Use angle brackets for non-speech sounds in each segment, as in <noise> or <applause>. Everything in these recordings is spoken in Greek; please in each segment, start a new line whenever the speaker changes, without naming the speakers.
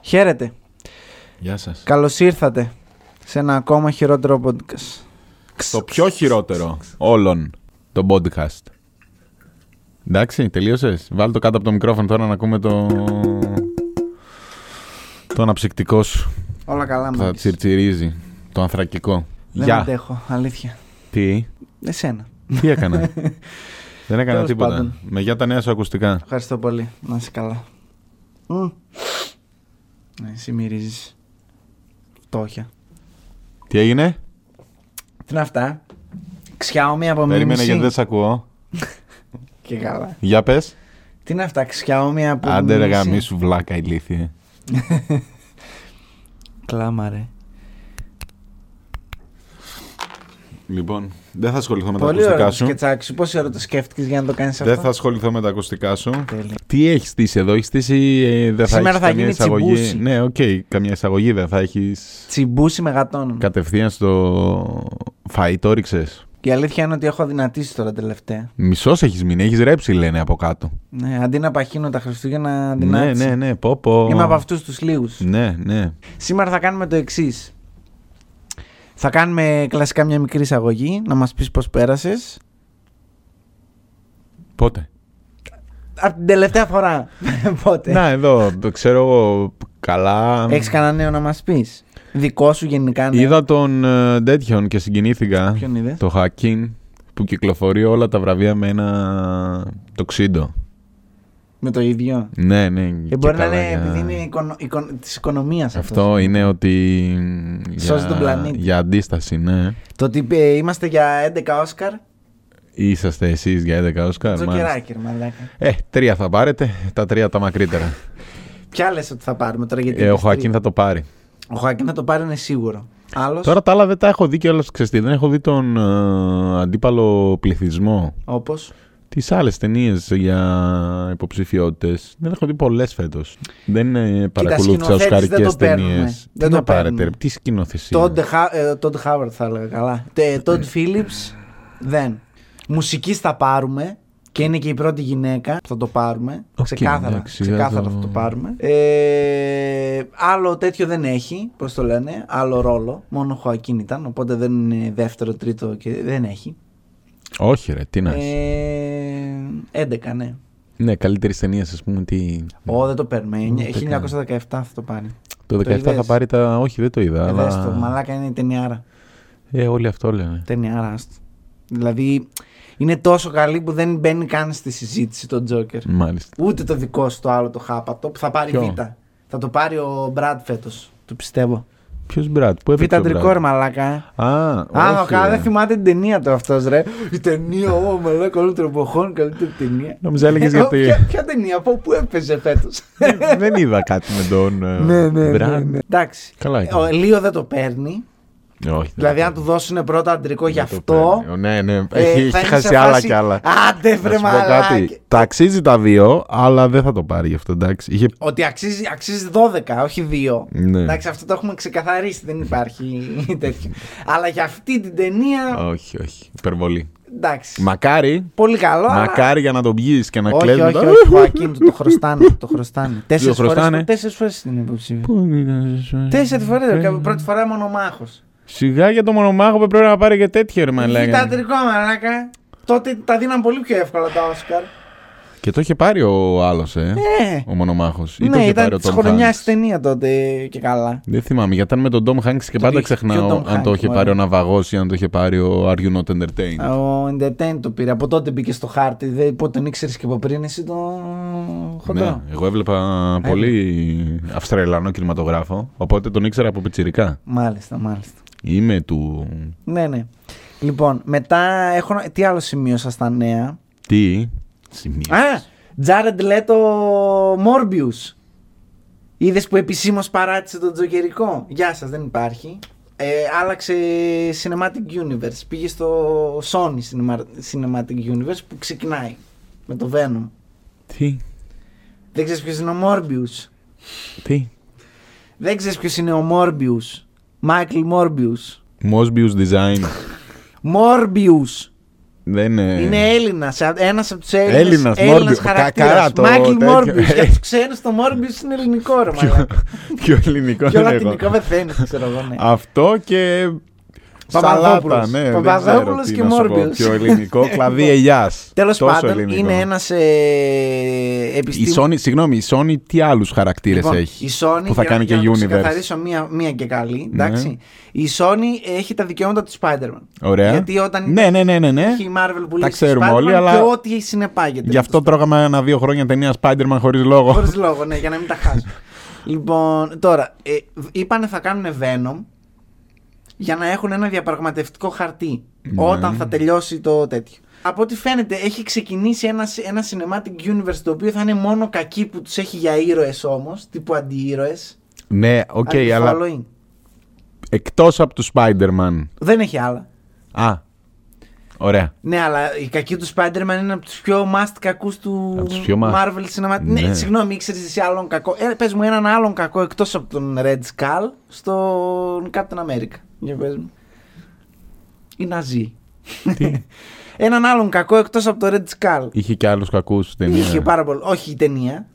Χαίρετε.
Γεια σας.
Καλώς ήρθατε σε ένα ακόμα χειρότερο podcast.
Το πιο χειρότερο όλων, το podcast. Εντάξει, τελείωσες. Βάλ το κάτω από το μικρόφωνο τώρα να ακούμε το. το αναψυκτικό σου.
Όλα καλά,
που Θα
μου.
τσιρτσιρίζει. Το ανθρακικό.
Δεν
Γεια.
αντέχω, αλήθεια.
Τι,
Εσένα.
τι <laughs> έκανα. Δεν έκανα
Τέλος
τίποτα.
πάντων.
Με για τα νέα σου ακουστικά.
Ευχαριστώ πολύ. Να είσαι καλά. Μμ. Ναι, εσύ μυρίζεις. Φτώχεια.
Τι έγινε,
Τι είναι αυτά. Xiaomi από
Περίμενε γιατί δεν
μίμηση.
σε ακούω.
Και καλά.
Για πες.
Τι είναι αυτά, Xiaomi από
Άντε ρε
μίμηση.
γαμί σου βλάκα ηλίθιε.
Κλάμα ρε.
Λοιπόν, δεν θα ασχοληθώ με τα
Πολύ
ακουστικά
ωραίο
σου.
σκετσάκι σου. Πόση ώρα το σκέφτηκες για να το κάνεις αυτό.
Δεν θα ασχοληθώ με τα ακουστικά σου.
Τέλεια.
Τι έχεις στήσει εδώ, έχεις στήσει. Ε, δεν θα
Σήμερα
έχεις
θα
καμία
γίνει
εισαγωγή.
τσιμπούση.
Ναι, οκ, καμία εισαγωγή δεν θα έχεις.
Τσιμπούσι με γατόνων.
Κατευθείαν στο φαΐ το ρίξες.
Η αλήθεια είναι ότι έχω δυνατήσει τώρα τελευταία.
Μισός έχεις μείνει, έχεις ρέψει λένε από κάτω.
Ναι, αντί να παχύνω τα Χριστούγεννα, δυνάτησα.
Ναι, ναι, ναι, πω, πω.
Είμαι από αυτούς τους λίγους.
Ναι, ναι.
Σήμερα θα κάνουμε το εξής. Θα κάνουμε κλασικά μια μικρή εισαγωγή, να μας πεις πώς πέρασες.
Πότε.
Από την τελευταία
<laughs>
φορά. Πότε.
Να, εδώ, το ξέρω εγώ καλά.
Έχεις κανένα νέο να μας πεις. Δικό σου γενικά. νέο.
Είδα τον ε, τέτοιον και συγκινήθηκα.
ναι. Ποιον ε? είδες.
Το Χακίν που κυκλοφορεί όλα τα βραβεία με ένα τοξίδο.
Με το ίδιο.
Ναι, ναι. και
Και Ε, μπορεί να
καλά
είναι
για-
επειδή είναι οικονο... οικο... της οικονομίας αυτός.
Αυτό είναι ότι.
Σώζει τον πλανήτη.
Για αντίσταση, ναι.
Το ότι ε, είμαστε για 11 Όσκαρ.
Είσαστε εσείς για 11 Όσκαρ. Ε, μάλιστα.
Τζοκεράκερ, μαλάκα.
Ε, τρία θα πάρετε, τα τρία τα μακρύτερα.
Ποια λες ότι θα πάρουμε τώρα γιατί.
ε, ο
είπες
Χωακίν
τρία.
θα το πάρει.
Ο Χωακίν θα το πάρει είναι σίγουρο. Άλλος.
Τώρα τα άλλα δεν τα έχω δει κιόλας. Ξέρετε, δεν έχω δει τον ε, αντίπαλο πληθυσμό.
Όπως.
Τις άλλες ταινίες για υποψηφιότητες. Δεν έχω δει πολλές φέτος. Δεν ε, παρακολούθησα
σκηνοθέτης δεν
οσκαρικέ
το παίρνουμε.
ταινίες.
Δεν
Τι
το
να πάρετε,
παίρνουμε.
ρε, τι σκηνοθεσία.
Τόντ Χάουαρτ θα έλεγα καλά.
Ναι.
Τόντ Φίλιπ δεν. Μουσική θα πάρουμε και είναι και η πρώτη γυναίκα που θα το πάρουμε.
Οκ,
ξεκάθαρα
εντάξει,
ξεκάθαρα
θα το-
θα το πάρουμε. Ε, άλλο τέτοιο δεν έχει, πώς το λένε, άλλο ρόλο. Μόνο Χωακίν ήταν, οπότε δεν είναι δεύτερο, τρίτο και δεν έχει.
Όχι, ρε, τι να έχει.
Ε, 11, ναι.
Ναι, καλύτερη ταινία, ας πούμε. Τι...
Ω, δεν το παίρνουμε. Ε,
Μ,
Εννιά-
το
1917 θα το πάρει.
Το 17 θα
είδες?
πάρει τα. Όχι, δεν το είδα.
Ε,
αλλά...
δες το, μαλάκα είναι η ταινιάρα.
Ε, όλοι αυτό λένε.
Ταινιάρα, άστο. Δηλαδή, είναι τόσο καλή που δεν μπαίνει καν στη συζήτηση το Τζόκερ.
Μάλιστα.
Ούτε το δικό σου το άλλο το χάπατο που θα πάρει
Ποιο?
Β. Θα το πάρει ο Μπραντ φέτος. Το πιστεύω.
Ποιος Μπράτ, πού
Β
έπαιξε. ο
αντρικό
Brad?
ρε μαλάκα. ε.
Α,
Α, ο
όχι, ε.
καλά,
ρε.
δεν θυμάται την ταινία του αυτός, ρε. Η ταινία, ο μαλάκα όλων των εποχών, καλύτερη ταινία.
Νόμιζα έλεγες
Ε,
γιατί- Ε,
Ποια, ποια ταινία, από πού έπαιζε φέτος.
<laughs> δεν είδα κάτι με τον. ε,
Ναι,
Brad.
Εντάξει.
Καλά
Ο
ήταν.
Ελίο δεν το παίρνει.
Όχι.
Δηλαδή, αν του δώσουν πρώτο αντρικό γι'
δεν το
αυτό.
παίρνει. Ναι, ναι.
ε,
Έχει,
θα
έχει
είναι
χάσει
σε
άλλα
φάση,
κι άλλα.
Άντε,
Να
βρε
σου πω
μαλάκι.
κάτι. Τα αξίζει τα δύο, αλλά δεν θα το πάρει γι' αυτό, εντάξει. Είχε...
Ότι αξίζει, αξίζει 12, όχι 2.
Ναι.
Εντάξει, αυτό το έχουμε ξεκαθαρίσει, δεν υπάρχει <laughs> τέτοιο. Αλλά για αυτή την ταινία.
Όχι, όχι. Υπερβολή.
Εντάξει.
Μακάρι.
Πολύ καλό. αλλά-
Μακάρι για να τον πιει και να κλέβει.
Όχι, όχι, όχι. Χωακίν, του το χρωστάνε. Το
<laughs>
χρωστάνε. Τέσσερις φορές
χρωστάνε.
τέσσερις φορές είναι υποψήφιο. Τέσσερις φορές. Πρώτη φορά μονομάχο.
Σιγά για το μονομάχο που πρέπει να πάρει και τέτοιο ρε
Ήταν
μαλάκα.
τρικό μαλάκα. Τότε τα δίναν πολύ πιο εύκολα τα Όσκαρ.
Και το είχε πάρει ο άλλος, ε.
Ε,
Ο μονομάχος.
ναι, ήταν της χρονιάς ταινία τότε και καλά.
Δεν θυμάμαι, γιατί ήταν με τον Tom Hanks και
Το
πάντα
είχε- και ο
ξεχνάω
Tom
αν το
Hanks,
είχε
μάλλον.
πάρει ο Ναυαγός ή αν το είχε πάρει ο Are You Not Entertained.
Ο Entertain το πήρε. Από τότε μπήκε στο χάρτη. Δεν, πότε τον ήξερες και από πριν εσύ το χοντρό.
Ναι,
Ναι.
εγώ έβλεπα πολύ Αυστραλιανό κινηματογράφο, οπότε τον ήξερα από πιτσιρικά.
Μάλιστα, μάλιστα.
Είμαι του.
Ναι, ναι. Λοιπόν, μετά έχω. να- Τι άλλο σημείωσα στα νέα.
Τι. Σημείο.
Α! Τζάρεντ Λέτο Μόρμπιους. Είδες που επισήμως παράτησε τον Τζοκερικό. Γεια σας, δεν υπάρχει. Ε, άλλαξε Cinematic Universe. Πήγε στο Sony Cinema- Cinematic Universe που ξεκινάει με το Venom.
Τι.
Δεν ξέρεις ποιος είναι ο Morbius.
Τι.
Δεν ξέρεις ποιος είναι ο Morbius. Μάικλ Morbius.
Mosbius Design.
Morbius.
Δεν ε, είναι.
Είναι Έλληνας. Ένας από τους Έλληνες.
Έλληνας, Morbius. Κα-
χαρακτήρα.
καλά το
Μάικλ
τέτοιο.
Μόρμπιου. Για
<laughs>
τους ξένους το Μόρμπιου είναι ελληνικό ρε
Πιο,
μαλάκα.
πιο ελληνικό
Πιο
δεν έχω.
λατινικό δεν φαίνεται, ξέρω εγώ. ναι.
Αυτό και.
Παπαδόπουλος.
Σαλάτα, ναι. δεν
Παπαδόπουλος
ξέρω
και
τι να σου πω.
Μόρμπιος.
Πιο
<laughs>
ελληνικό, κλαδί ελιάς.
Τέλος Λοιπόν, πάντων, είναι ένας ε,
Η
επιστήμονα.
Sony, συγγνώμη, η Sony τι άλλους χαρακτήρες
Λοιπόν,
έχει.
Η Sony,
που θα
για-
κάνει
για
και
να το
Universe.
ξεκαθαρίσω μία, μία και καλή.
Ναι.
Εντάξει. Η Sony έχει τα δικαιώματα του Spider-Man.
Ωραία.
Γιατί όταν
Ναι, ναι, ναι, ναι. ναι.
έχει η Marvel που λέει
ξέρουμε
Spider-Man
όλοι,
και
αλλά-
ό,τι συνεπάγεται.
Γι' αυτό τρώγαμε ένα-δύο χρόνια ταινία Spider-Man χωρίς λόγο.
Χωρίς λόγο, ναι, για να μην τα
<laughs>
χάσω. λοιπόν, τώρα, ε, είπανε θα κάνουν Venom για να έχουν ένα διαπραγματευτικό χαρτί
Ναι.
όταν θα τελειώσει το τέτοιο. Από ό,τι φαίνεται, έχει ξεκινήσει ένα, σι- ένα cinematic universe το οποίο θα είναι μόνο κακοί που τους έχει για ήρωες όμως, τύπου αντιήρωες.
ναι, οκ,
Anti-following.
αλλά εκτός από τους Spider-Man.
Δεν έχει άλλα.
Α. Ωραία.
Ναι, αλλά η κακή του Spider-Man είναι από τους πιο must κακούς του
Από τους πιο must.
Marvel Cinematic. Ναι.
Ναι.
συγγνώμη, ήξερες εσύ άλλον κακό. Ε, πες μου έναν άλλον κακό εκτός από τον Red Skull στον Captain America. Για πες μου. Οι Ναζί. <laughs> έναν άλλον κακό εκτός από το Red Skull.
Είχε και άλλους κακούς στην ταινία.
Είχε πάρα πολύ. Όχι η ταινία.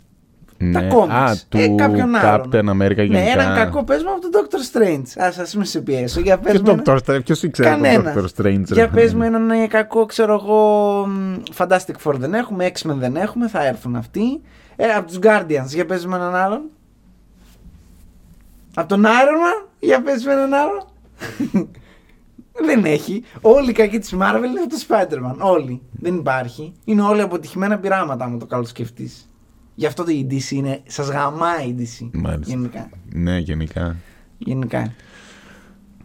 ναι.
τα comics.
Α, του
Ε, κάποιον άλλον.
Captain America γενικά.
Ναι, έναν κακό πες μου από τον Doctor Strange. Α, α μην σε πιέσω. Για πες
Ποιο
μου. ένα-
Doctor Strange, ποιος ήξερε τον
Κανένας.
Doctor Strange.
Για πες μου έναν ε, κακό, ξέρω εγώ. μ, Fantastic Four δεν έχουμε, X-Men δεν έχουμε, θα έρθουν αυτοί. Ε, από τους Guardians, για πες μου έναν άλλον. Από τον Iron Man, για πες μου έναν άλλον. <laughs> δεν έχει. Όλοι οι κακοί της Marvel είναι από το Spider-Man. Όλοι. Δεν υπάρχει. Είναι όλοι αποτυχημένα πειράματα, άμα το καλώ σκεφτεί. Γι' αυτό το η DC είναι. Σας γαμάει η DC.
Μάλιστα.
Γενικά.
Ναι, γενικά.
Γενικά.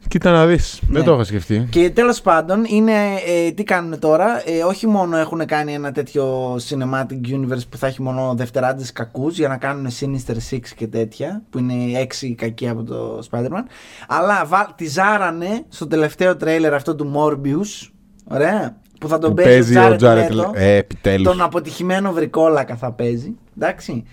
Κοίτα να δεις.
Ναι.
Δεν το είχα σκεφτεί.
Και τέλος πάντων, είναι, ε, τι κάνουν τώρα. Ε, όχι μόνο έχουν κάνει ένα τέτοιο cinematic universe που θα έχει μόνο δευτεράντες κακούς για να κάνουν Sinister Six και τέτοια, που είναι έξι κακοί από το Spider-Man. Αλλά βα, τη ζάρανε στο τελευταίο τρέιλερ αυτό του Morbius. Ωραία. Που θα τον
Που
παίζει, ο Jared
Jared
Leto,
Le- Ε, επιτέλους.
Τον αποτυχημένο βρικόλακα θα παίζει. Εντάξει.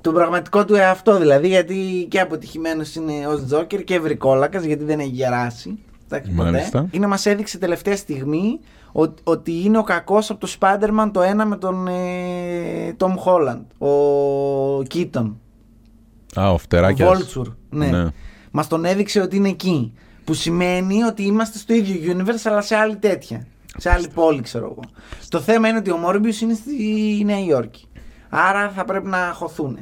Τον πραγματικό του εαυτό δηλαδή, γιατί και αποτυχημένος είναι ως Τζόκερ και βρικόλακας, γιατί δεν έχει γεράσει. Εντάξει, ποτέ.
Μάλιστα.
Είναι μας έδειξε τελευταία στιγμή ο- ότι είναι ο κακός από το Spider-Man το ένα με τον ε, Tom Holland. Ο Κίτον.
Α, ο
Ο
φτεράκια.
Vulture. Ναι.
Ναι.
Μας τον έδειξε ότι είναι εκεί. Που σημαίνει ότι είμαστε στο ίδιο universe, αλλά σε άλλη τέτοια. Σε άλλη πόλη, ξέρω εγώ. Το θέμα είναι ότι ο Morbius είναι στη Νέα Υόρκη. Άρα θα πρέπει να χωθούν.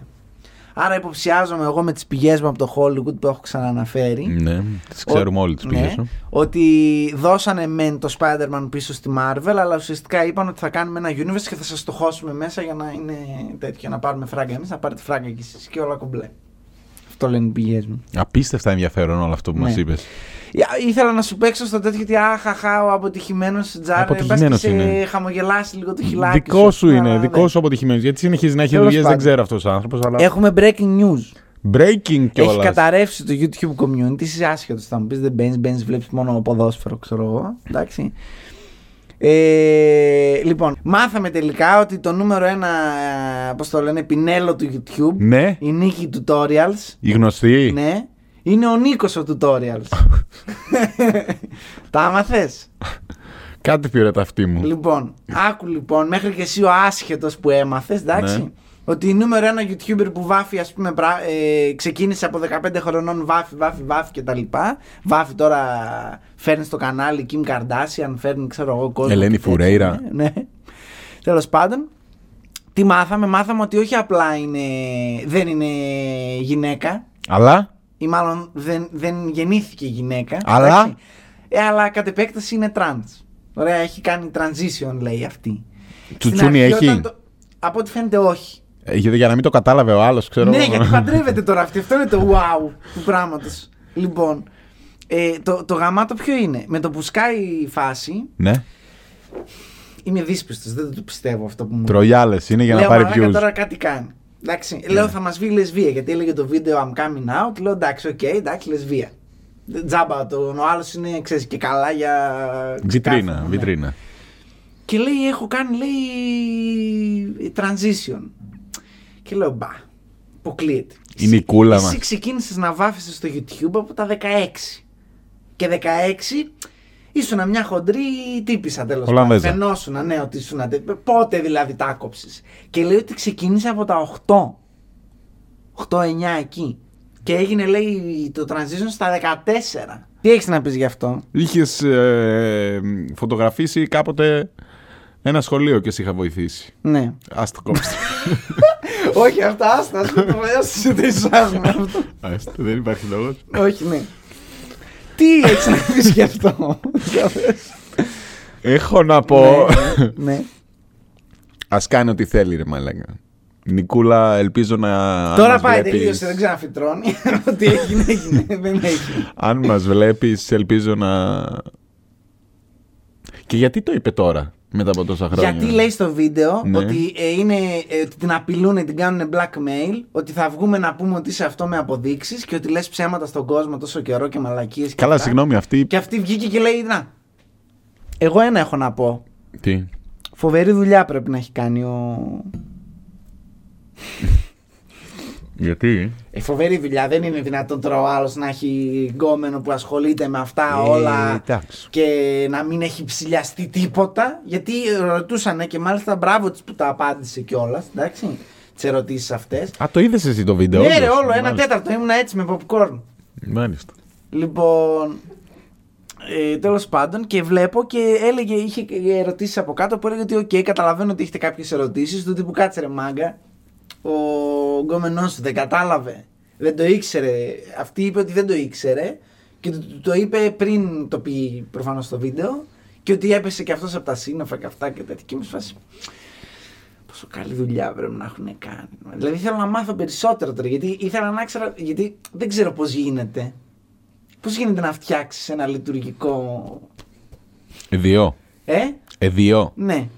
Άρα υποψιάζομαι εγώ με τις πηγές μου από το Hollywood που έχω ξαναναφέρει.
Ναι, τις ξέρουμε
Ο-
όλοι ε. τι
ναι,
πηγέ σου.
Ότι δώσανε μεν το Spider-Man πίσω στη Marvel, αλλά ουσιαστικά είπαν ότι θα κάνουμε ένα universe και θα σας το χώσουμε μέσα για να είναι τέτοιο. για Να πάρουμε φράγκα εμείς, να πάρετε φράγκα κι εσείς και όλα κομπλέ. Αυτό λένε οι πηγές μου.
Απίστευτα ενδιαφέρον όλο αυτό που μας
Ναι.
είπες.
Ε, Ήθελα να σου παίξω στο τέτοιο ότι άχαχα ο αποτυχημένος Τζάρ.
Αποτυχημένος
σε
είναι.
χαμογελάσει λίγο το χιλάκι.
Δικό σου
αλλά
είναι, δικό
δεν.
σου αποτυχημένος. Γιατί συνεχίζεις να έχει
ναι. Τέλος
δουλειές, δεν
πάντων.
ξέρω αυτός ο άνθρωπος. Αλλά...
Έχουμε breaking news.
Breaking
Έχει
κιόλας.
καταρρεύσει το YouTube community. Είσαι άσχετος. Θα μου πεις δεν μπαίνεις, μπαίνεις, βλέπεις μόνο ποδόσφαιρο, ξέρω εγώ. Εντάξει. Ε, λοιπόν, μάθαμε τελικά ότι το νούμερο ένα, πώς το λένε, πινέλο του YouTube,
Ναι,
η νίκη tutorials,
η γνωστή.
ναι, είναι ο Νίκος ο tutorials. Τα άμαθες.
Κάτι πήρε τα αυτή μου.
Λοιπόν, άκου λοιπόν, μέχρι και εσύ ο άσχετος που έμαθες, εντάξει.
Ναι.
Ότι η νούμερο ένα YouTuber που βάφει, ας πούμε, πρά- ε, ξεκίνησε από 15 χρονών, βάφει, βάφει, βάφει και τα λοιπά. Βάφει τώρα, φέρνει στο κανάλι Kim Kardashian, φέρνει, ξέρω εγώ, κόσμο.
Ελένη
και τέτοια,
Φουρέιρα.
Ναι. ναι. Τέλος πάντων, τι μάθαμε, μάθαμε ότι όχι απλά είναι, δεν είναι γυναίκα,
Αλλά.
ή μάλλον δεν, δεν γεννήθηκε γυναίκα.
Αλλά?
εντάξει. Ε, αλλά κατ' επέκταση είναι trans. Ωραία, έχει κάνει transition, λέει αυτή.
Τσουτσούνι
Στην αρχή
έχει.
όταν το- Από ό,τι φαίνεται, όχι.
Ε, Γιατί για να μην το κατάλαβε ο άλλος, ξέρω.
Ναι, γιατί παντρεύεται τώρα αυτή. Αυτό είναι το wow του πράγματος. Λοιπόν, ε, το, το γαμάτο ποιο είναι. Με το που σκάει η φάση,
Ναι.
είμαι δύσπιστος. Δεν το πιστεύω αυτό που μου
Τρογιάλε είναι για να
Λέω,
πάρει
«Μαλάκα,
views. Ναι.
τώρα κάτι κάνει. Εντάξει, λέω θα μας βγει λεσβία γιατί έλεγε το βίντεο I'm coming out. Λέω εντάξει, οκ, εντάξει, λεσβία. Δεν- Τζάμπα, το, ο άλλος είναι ξέρεις, και καλά για.
Βιτρίνα,
ξεκάθαρο, ναι.
βιτρίνα.
Και λέει, έχω κάνει, λέει, transition. Και λέω, μπα, αποκλείεται.
Η Νικούλα
Εσύ- Εσύ
μας.
ξεκίνησες να βάφεσαι στο YouTube από τα 16. Και 16 Ήσουν μια χοντρή τύπησα τέλος πάντων.
Ολλανδέζα.
Φαινόσουν, ναι, ότι ήσουν. τε- Πότε δηλαδή τα άκοψες. Και λέει ότι ξεκίνησε από τα 8. 8-9 εκεί. Και έγινε, λέει, το transition στα 14. Τι έχεις να πεις γι' αυτό.
Είχες ε, φωτογραφίσει κάποτε ένα σχολείο και σε είχα βοηθήσει.
Ναι.
Ας το κόψετε. <laughs>
Όχι, αυτά άστα. Ας το
<laughs>
συζητήσουμε αυτό.
Ας το, δεν υπάρχει λόγος.
Όχι, ναι. Τι έχει να πεις γι' αυτό. Για πες.
Έχω να πω. <laughs>
Ναι, ναι.
Ας κάνει ό,τι θέλει, ρε Μαλάκα. Νικούλα, ελπίζω να. αν
Τώρα
μας
πάει,
βλέπεις-
τελείωσε, δεν ξαναφυτρώνει. <laughs> Ό,τι έγινε, έγινε. Δεν έχει.
Αν μας βλέπεις, ελπίζω να. Και γιατί το είπε τώρα, μετά από τόσα χρόνια.
Γιατί λέει στο βίντεο
Ναι.
ότι, ε, είναι, ε, ότι την απειλούν, την κάνουν blackmail, ότι θα βγούμε να πούμε ότι είσαι αυτό με αποδείξεις και ότι λες ψέματα στον κόσμο τόσο καιρό και μαλακίες. Και
Καλά,
αυτά.
συγγνώμη, αυτή.
Και αυτή βγήκε και λέει: Να, εγώ ένα έχω να πω.
Τι.
Φοβερή δουλειά πρέπει να έχει κάνει ο.
Γιατί.
Ε, φοβερή δουλειά. Δεν είναι δυνατόν τώρα ο άλλος να έχει γκόμενο που ασχολείται με αυτά όλα.
Ε, Εντάξει.
και να μην έχει ψηλιαστεί τίποτα. Γιατί ρωτούσανε και μάλιστα μπράβο της που τα απάντησε κιόλας. Εντάξει. Τις ερωτήσεις αυτές.
Α, το είδες εσύ το βίντεο.
Ναι, ρε,
όντως.
όλο ένα
Μάλιστα.
τέταρτο ήμουνα έτσι με popcorn.
Μάλιστα.
Λοιπόν. Ε, Τέλος πάντων, και βλέπω και έλεγε, είχε ερωτήσεις από κάτω που έλεγε ότι: Οκ, καταλαβαίνω ότι έχετε κάποιες ερωτήσεις. Του τύπου κάτσε ρε μάγκα. Ο γκόμενός σου δεν κατάλαβε. Δεν το ήξερε. Αυτή είπε ότι δεν το ήξερε. Και του- του το είπε πριν το πει προφανώς στο βίντεο. Και ότι έπεσε και αυτός από τα σύνοφα και αυτά και τέτοια. Και μου σφάσει. Πόσο καλή δουλειά πρέπει να έχουν κάνει. Δηλαδή θέλω να μάθω περισσότερο τώρα. Γιατί ήθελα να ξέρω. Γιατί δεν ξέρω πώς γίνεται. Πώς γίνεται να φτιάξεις ένα λειτουργικό.
Εδιό.
Ε,
Εδιό.
ναι.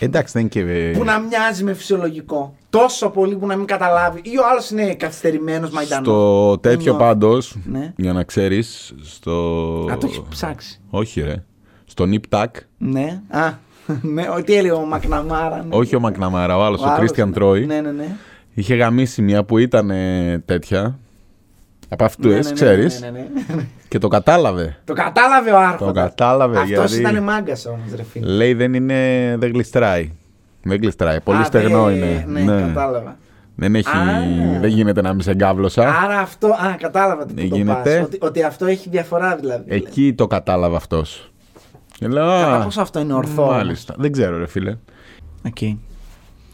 Εντάξει, δεν και. ε,
Που να μοιάζει με φυσιολογικό. Τόσο πολύ που να μην καταλάβει. Ή ο άλλος είναι καθυστερημένος μαϊντανό.
Στο τέτοιο πάντως,
Ναι.
για να ξέρεις, στο. Λοιπόν.
Α, το έχει ψάξει.
Όχι, ρε. Στο Nip Tuck,
Ναι. Α, <laughs> ναι. Ο, τι έλεγε ο Μακναμάρα. Ναι.
όχι ο Μακναμάρα, ο άλλος, ο
άλλος,
Κρίστιαν
ναι.
Τρόι,
Ναι, ναι, ναι.
είχε γαμίσει μια που ήταν ε, τέτοια. Από αυτούς,
Ναι, ναι,
ξέρεις
ναι,
ξέρεις.
ναι, ναι, ναι.
Και το κατάλαβε.
Το κατάλαβε ο Άρχοντα.
Το κατάλαβε,
Αυτός
γιατί-
ήταν μάγκας όμως, ρε φίλε.
Λέει δεν είναι. Δεν γλιστράει. Δεν γλιστράει. Πολύ
Α,
στεγνό
δε-
είναι.
Ναι, κατάλαβα.
Δεν, έχει,
Α.
δεν γίνεται να μην σε εγκάβλωσα.
Άρα αυτό. Α, κατάλαβα τι
Ε. Ναι,
που το
γίνεται.
πας. Ότι, ότι αυτό έχει διαφορά δηλαδή.
Εκεί το κατάλαβε αυτός. Και λέω. «Α,
Κατά πόσο αυτό είναι ορθό.
Μάλιστα. Δεν ξέρω, ρε φίλε.
Οκ.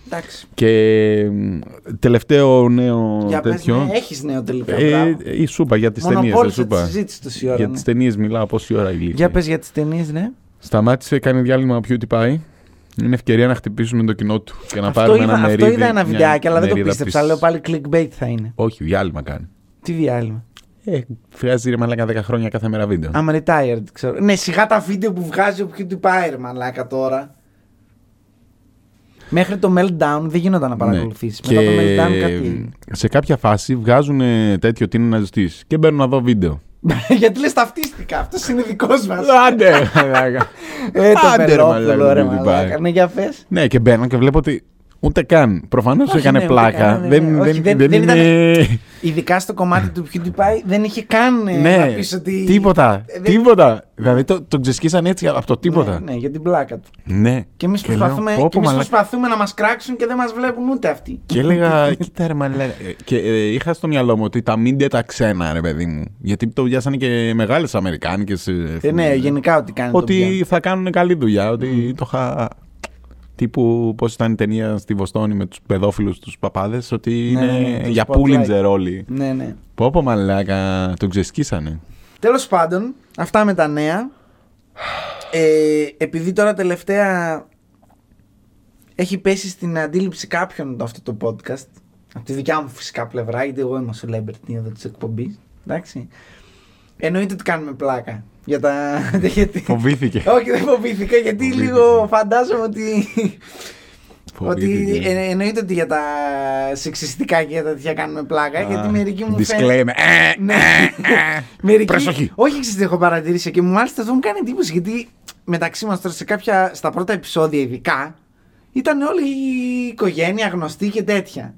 Εντάξει.
Και μ, τελευταίο νέο
Για πες,
τέτοιο.
ναι, έχεις νέο τελικά.
Ε,
Ε,
η σούπα για τις ταινίες. δεν
Μονοπόλησε τη
σούπα.
συζήτηση τους η ώρα.
Για
ναι.
τις ταινίες μιλάω πόση ώρα η λύθη.
Για πες για τις ταινίες, ναι.
Σταμάτησε, κάνει διάλειμμα ο PewDiePie. Είναι ευκαιρία να χτυπήσουμε το κοινό του και να
Αυτό
πάρουμε
είδα,
ένα μερίδι.
αυτό είδα ένα
μια
βιντεάκι, αλλά δεν το
μερίδα
πίστεψα.
πίσης.
Λέω πάλι clickbait θα είναι.
Όχι, διάλειμμα κάνει.
Τι διάλειμμα.
Ε, χρειάζεται ρε μαλάκα 10 χρόνια κάθε μέρα βίντεο.
I'm retired, ξέρω. Ναι, σιγά τα βίντεο που βγάζει ο PewDiePie, ρε μαλάκα τώρα. Μέχρι το meltdown δεν γινόταν να
Ναι.
παρακολουθήσεις.
Και
Μετά το meltdown κάτι. <laughs> έγινε.
σε κάποια φάση βγάζουν ε, τέτοιο ότι είναι ναζιστής και μπαίνουν να δω βίντεο.
Γιατί λες ταυτίστηκα, αυτός είναι δικός μας.
Άντε, ρε μαλάκα.
Ε, το
Άντε, ρε,
Πελόπουλο,
μαλάκα,
ρε
PewDiePie.
μαλάκα. Ναι, για πες.
Ναι, και μπαίνω και βλέπω ότι ούτε καν. Προφανώς
Όχι,
έκανε
ναι, ούτε
πλάκα.
καν, ναι,
δεν,
ναι.
δεν,
Όχι, δεν-
δεν
δεν
είναι.
Ειδικά στο κομμάτι του PewDiePie δεν είχε καν ε, να
ναι,
πεις ότι...
τίποτα.
Ε, δεν-
Τίποτα. Δηλαδή το, τον ξεσκίσαν έτσι από το τίποτα.
Ναι, ναι, για την πλάκα του.
Ναι.
Και εμείς
λέω,
προσπαθούμε,
«Πω, πω,
και εμείς
μαλάκα».
προσπαθούμε να μας κράξουν και δεν μας βλέπουν ούτε αυτοί.
Και <laughs> έλεγα, κοίτα ρε μαλάκα. Ε, Και ε, είχα στο μυαλό μου ότι τα μίντια τα ξένα, ρε παιδί μου. Γιατί το βιάσανε και μεγάλες Αμερικάνικες.
Ε, ναι, γενικά ότι κάνει. το πιάνο.
Ότι θα κάνουν καλή δουλειά. Ότι το είχα. Τύπου πώς ήταν η ταινία στη Βοστόνη με τους παιδόφιλους τους παπάδες. Ότι
Ναι,
είναι
ναι, ναι, το
για
spotlight.
πούλιντζερ όλοι.
Ναι, ναι.
Πω πω μαλάκα, τον ξεσκίσανε.
Τέλος πάντων, αυτά με τα νέα. Ε, επειδή τώρα τελευταία έχει πέσει στην αντίληψη κάποιων το- αυτό το podcast. Από τη δικιά μου φυσικά πλευρά, γιατί εγώ είμαι ο celebrity εδώ της εκπομπής. Εντάξει. Εννοείται ότι κάνουμε πλάκα. Για τα. <laughs> γιατί...
Φοβήθηκε.
<laughs> Όχι, δεν φοβήθηκα γιατί
Φοβήθηκε.
λίγο φαντάζομαι ότι. ότι
Φοβήθηκε.
ε, εννοείται ότι για τα σεξιστικά και για τα τέτοια κάνουμε πλάκα. γιατί μερικοί μου φαίνονται.
Disclaimer. Ε,
Ναι.
<laughs> ε, ε.
Μερικοί...
Προσοχή.
Όχι, ξέρετε, έχω παρατηρήσει και μου μάλιστα αυτό μου κάνει εντύπωση γιατί μεταξύ μας τώρα σε κάποια, στα πρώτα επεισόδια ειδικά ήταν όλη η οικογένεια, γνωστή και τέτοια. «Ε,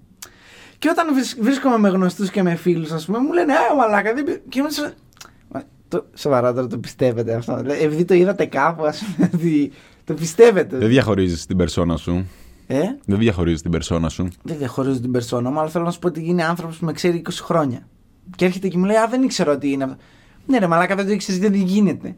Και όταν βρισ- βρίσκομαι με γνωστούς και με φίλους, ας πούμε, μου λένε Α, μαλάκα, δεν πει. Και μου λένε Το... Σοβαρά τώρα το πιστεύετε αυτό. Δηλαδή, Επειδή το είδατε κάπου, ας πούμε. ότι Το πιστεύετε.
Δεν διαχωρίζεις την περσόνα σου.
Ε,
Δεν διαχωρίζεις την περσόνα σου.
δεν διαχωρίζω την περσόνα μου, αλλά θέλω να σου πω ότι είναι άνθρωπος που με ξέρει 20 χρόνια. Και έρχεται και μου λέει: Α, δεν ήξερα ότι είναι αυτό. Ναι, ρε, μαλάκα δεν το ήξερες, δεν
<laughs>
γίνεται.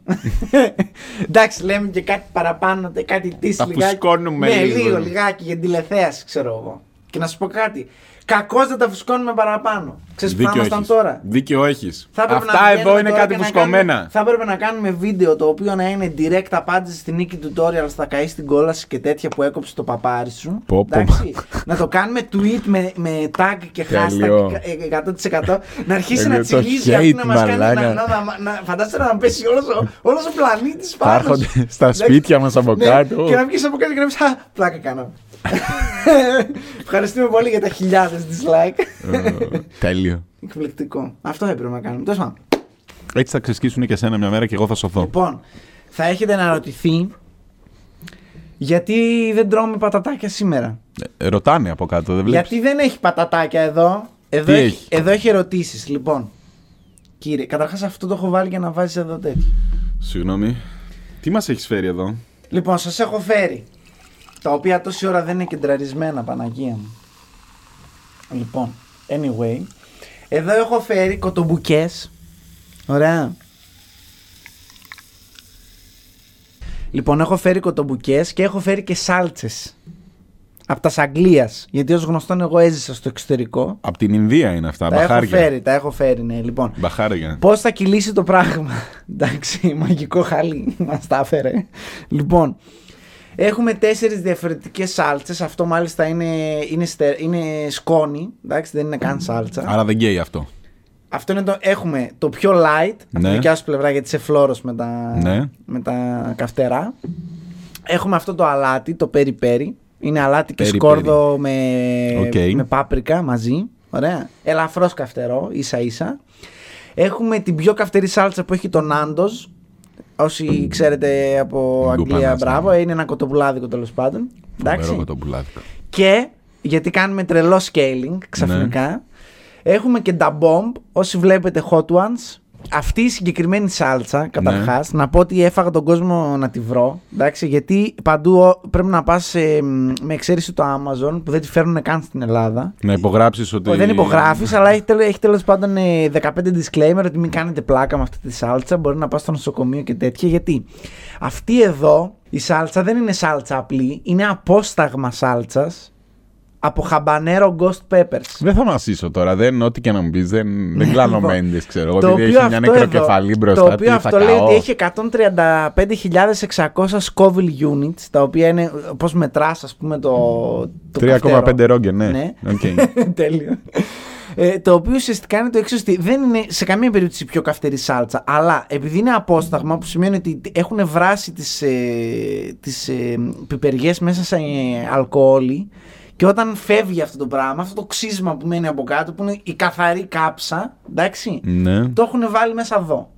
Εντάξει, λέμε και κάτι παραπάνω, τε- κάτι της
Τα φουσκώνουμε
ναι,
λίγο.
λίγο. λιγάκι για τηλεθέαση, ξέρω εγώ. Και να σου πω κάτι. Κακώς δεν τα φουσκώνουμε παραπάνω. Ξέρεις που θα
Δίκιο
ήμασταν
έχεις.
τώρα.
Δίκιο έχεις.
Θα έπρεπε
Αυτά
να
εδώ
βγαίνουμε
είναι
τώρα
κάτι
και να
φουσκωμένα.
κάνουμε- Θα έπρεπε να κάνουμε βίντεο το οποίο να είναι direct απάντηση στην νίκη tutorial στα καεί στην κόλαση και τέτοια που έκοψε το παπάρι σου.
Πω, πω.
Εντάξει. να το κάνουμε tweet με, με tag και
Τέλειο.
hashtag ε, 100% να αρχίσει να
Τέλειο, το
τσιλίζει αυτή
hate,
να μας κάνει να,
μαλάκα.
να, να, να, φαντάζεσαι να πέσει όλος ο, όλος ο πλανήτης
Θα
πάνω σου.
έρχονται στα
Εντάξει.
σπίτια μας από
Ναι,
κάτω.
Και να βγεις από κάτω και να πεις Α, πλάκα κάνω. <laughs> Ευχαριστούμε πολύ για τα χιλιάδες dislike.
Ε, Τέλειο.
Εκπληκτικό. Αυτό έπρεπε να κάνουμε. Τέλος πάντων.
Έτσι θα ξεσκίσουν και εσένα μια μέρα και εγώ θα σωθώ.
Λοιπόν, θα έχετε αναρωτηθεί γιατί δεν τρώμε πατατάκια σήμερα.
Ε, Ρωτάνε από κάτω, δεν βλέπεις.
Γιατί δεν έχει πατατάκια εδώ. Εδώ
Τι
έχει,
έχει?
Εδώ έχει ερωτήσεις. Λοιπόν, κύριε, καταρχάς αυτό το έχω βάλει για να βάζεις εδώ τέτοιο.
Συγγνώμη. Τι μας έχεις φέρει εδώ.
Λοιπόν, σας έχω φέρει τα οποία τόση ώρα δεν είναι κεντραρισμένα, Παναγία μου. Λοιπόν, anyway, εδώ έχω φέρει κοτομπουκές. Ωραία. Λοιπόν, έχω φέρει κοτομπουκές και έχω φέρει και σάλτσες. Από τας Αγγλίας, γιατί ως γνωστόν εγώ έζησα στο εξωτερικό.
Απ' την Ινδία είναι αυτά,
τα
μπαχάρια.
έχω φέρει, τα έχω φέρει, ναι. Λοιπόν,
Μπαχάρια.
Πώς θα κυλήσει το πράγμα. Εντάξει, μαγικό χαλί μας τα έφερε. Λοιπόν, έχουμε τέσσερις διαφορετικές σάλτσες. Αυτό μάλιστα είναι, είναι, στε- είναι σκόνη. Εντάξει, δεν είναι καν σάλτσα.
Άρα δεν καίει αυτό.
Αυτό είναι το. Έχουμε το πιο light από
Ναι.
τη δικιά σου πλευρά γιατί είσαι φλόρος με, τα-
Ναι.
με τα καυτερά. Έχουμε αυτό το αλάτι, το περι-περι. Είναι αλάτι και
Περι-περι.
σκόρδο με,
Οκ.
με πάπρικα μαζί. Ωραία. Ελαφρώς καυτερό, ίσα ίσα. Έχουμε την πιο καυτερή σάλτσα που έχει τον Νάντο. Όσοι ξέρετε από
Μην
Αγγλία,
κουπανάς,
μπράβο. Είναι ένα κοτοπουλάδικο τέλος πάντων.
ναι. Φοβερό
Εντάξει.
κοτοπουλάδικο.
Και γιατί κάνουμε τρελό scaling ξαφνικά. Έχουμε και τα bomb. Όσοι βλέπετε Hot Ones. Αυτή η συγκεκριμένη σάλτσα, καταρχάς, να πω ότι έφαγα τον κόσμο να τη βρω. Εντάξει, γιατί παντού ο- πρέπει να πας με εξαίρεση το Amazon που δεν τη φέρνουν καν στην Ελλάδα.
Να υπογράψεις ότι...
Ο, Δεν υπογράφεις, αλλά έχει, τέλο έχει τέλος πάντων ε, 15 disclaimer ότι μην κάνετε πλάκα με αυτή τη σάλτσα. Μπορεί να πας στο νοσοκομείο και τέτοια. Γιατί αυτή εδώ η σάλτσα δεν είναι σάλτσα απλή, είναι απόσταγμα σάλτσας από χαμπανέρο ghost peppers.
Δεν θα μας ίσω τώρα, δεν, ό,τι και να μου πεις, δεν, δεν κλάνω μέντες, ξέρω. εγώ,
Λοιπόν, Το
Ότι
οποίο
έχει μια
αυτό, εδώ,
νεκροκεφαλή μπροστά,
το
τι
οποίο
θα
αυτό λέει
καώ.
ότι έχει 135.600 Scoville units, τα οποία είναι πώς μετράς ας πούμε το, το
3,5
καυτερό.
ρόγγεν, ναι.
Ναι.
Οκ.
<laughs> Τέλειο. Ε, το οποίο ουσιαστικά είναι το εξής. ότι Δεν είναι σε καμία περίπτωση η πιο καυτερή σάλτσα, αλλά επειδή είναι απόσταγμα, που σημαίνει ότι έχουν βράσει τις ε, τις, ε, πιπεριές μέσα σε ε, αλκοόλι. Και όταν φεύγει αυτό το πράγμα, αυτό το ξύσμα που μένει από κάτω, που είναι η καθαρή κάψα, εντάξει,
Ναι.
το έχουν βάλει μέσα εδώ.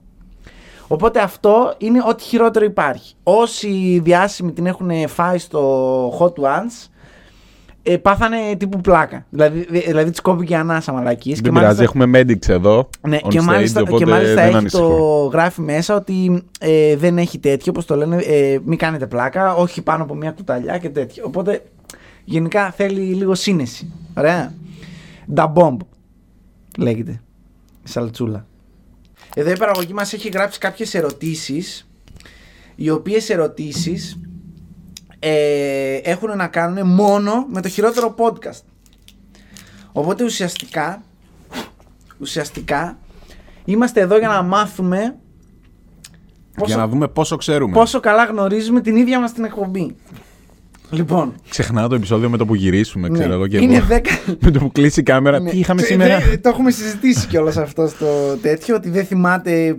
Οπότε αυτό είναι ό,τι χειρότερο υπάρχει. Όσοι διάσημοι την έχουν φάει στο Hot Ones, ε, πάθανε τύπου πλάκα. Δηλαδή, δη- δηλαδή τη κόβει και ανάσα μαλακής.
Δεν πειράζει, έχουμε Mendix εδώ.
ναι,
on
και
stage,
μάλιστα,
οπότε
και μάλιστα
δεν
έχει
ανησυχώ.
το γράφει μέσα ότι ε, δεν έχει τέτοιο, όπως το λένε, ε, μην κάνετε πλάκα, όχι πάνω από μια κουταλιά και τέτοιο. Οπότε γενικά θέλει λίγο σύνεση. Ωραία. Da bomb λέγεται. Η σαλτσούλα. Εδώ η παραγωγή μας έχει γράψει κάποιες ερωτήσεις, οι οποίες ερωτήσεις ε, έχουν να κάνουν μόνο με το χειρότερο podcast. Οπότε ουσιαστικά, ουσιαστικά είμαστε εδώ για να μάθουμε
Για να
πόσο,
δούμε πόσο ξέρουμε.
πόσο καλά γνωρίζουμε την ίδια μας την εκπομπή. Λοιπόν,
Ξεχνάω το επεισόδιο με το που γυρίσουμε, ξέρω
ναι,
εγώ και
είναι
εγώ.
10,
<laughs> Με το που κλείσει η κάμερα.
Ναι.
Τι είχαμε
Τε-
σήμερα.
δε- το έχουμε συζητήσει κιόλας αυτό στο τέτοιο, ότι δεν θυμάται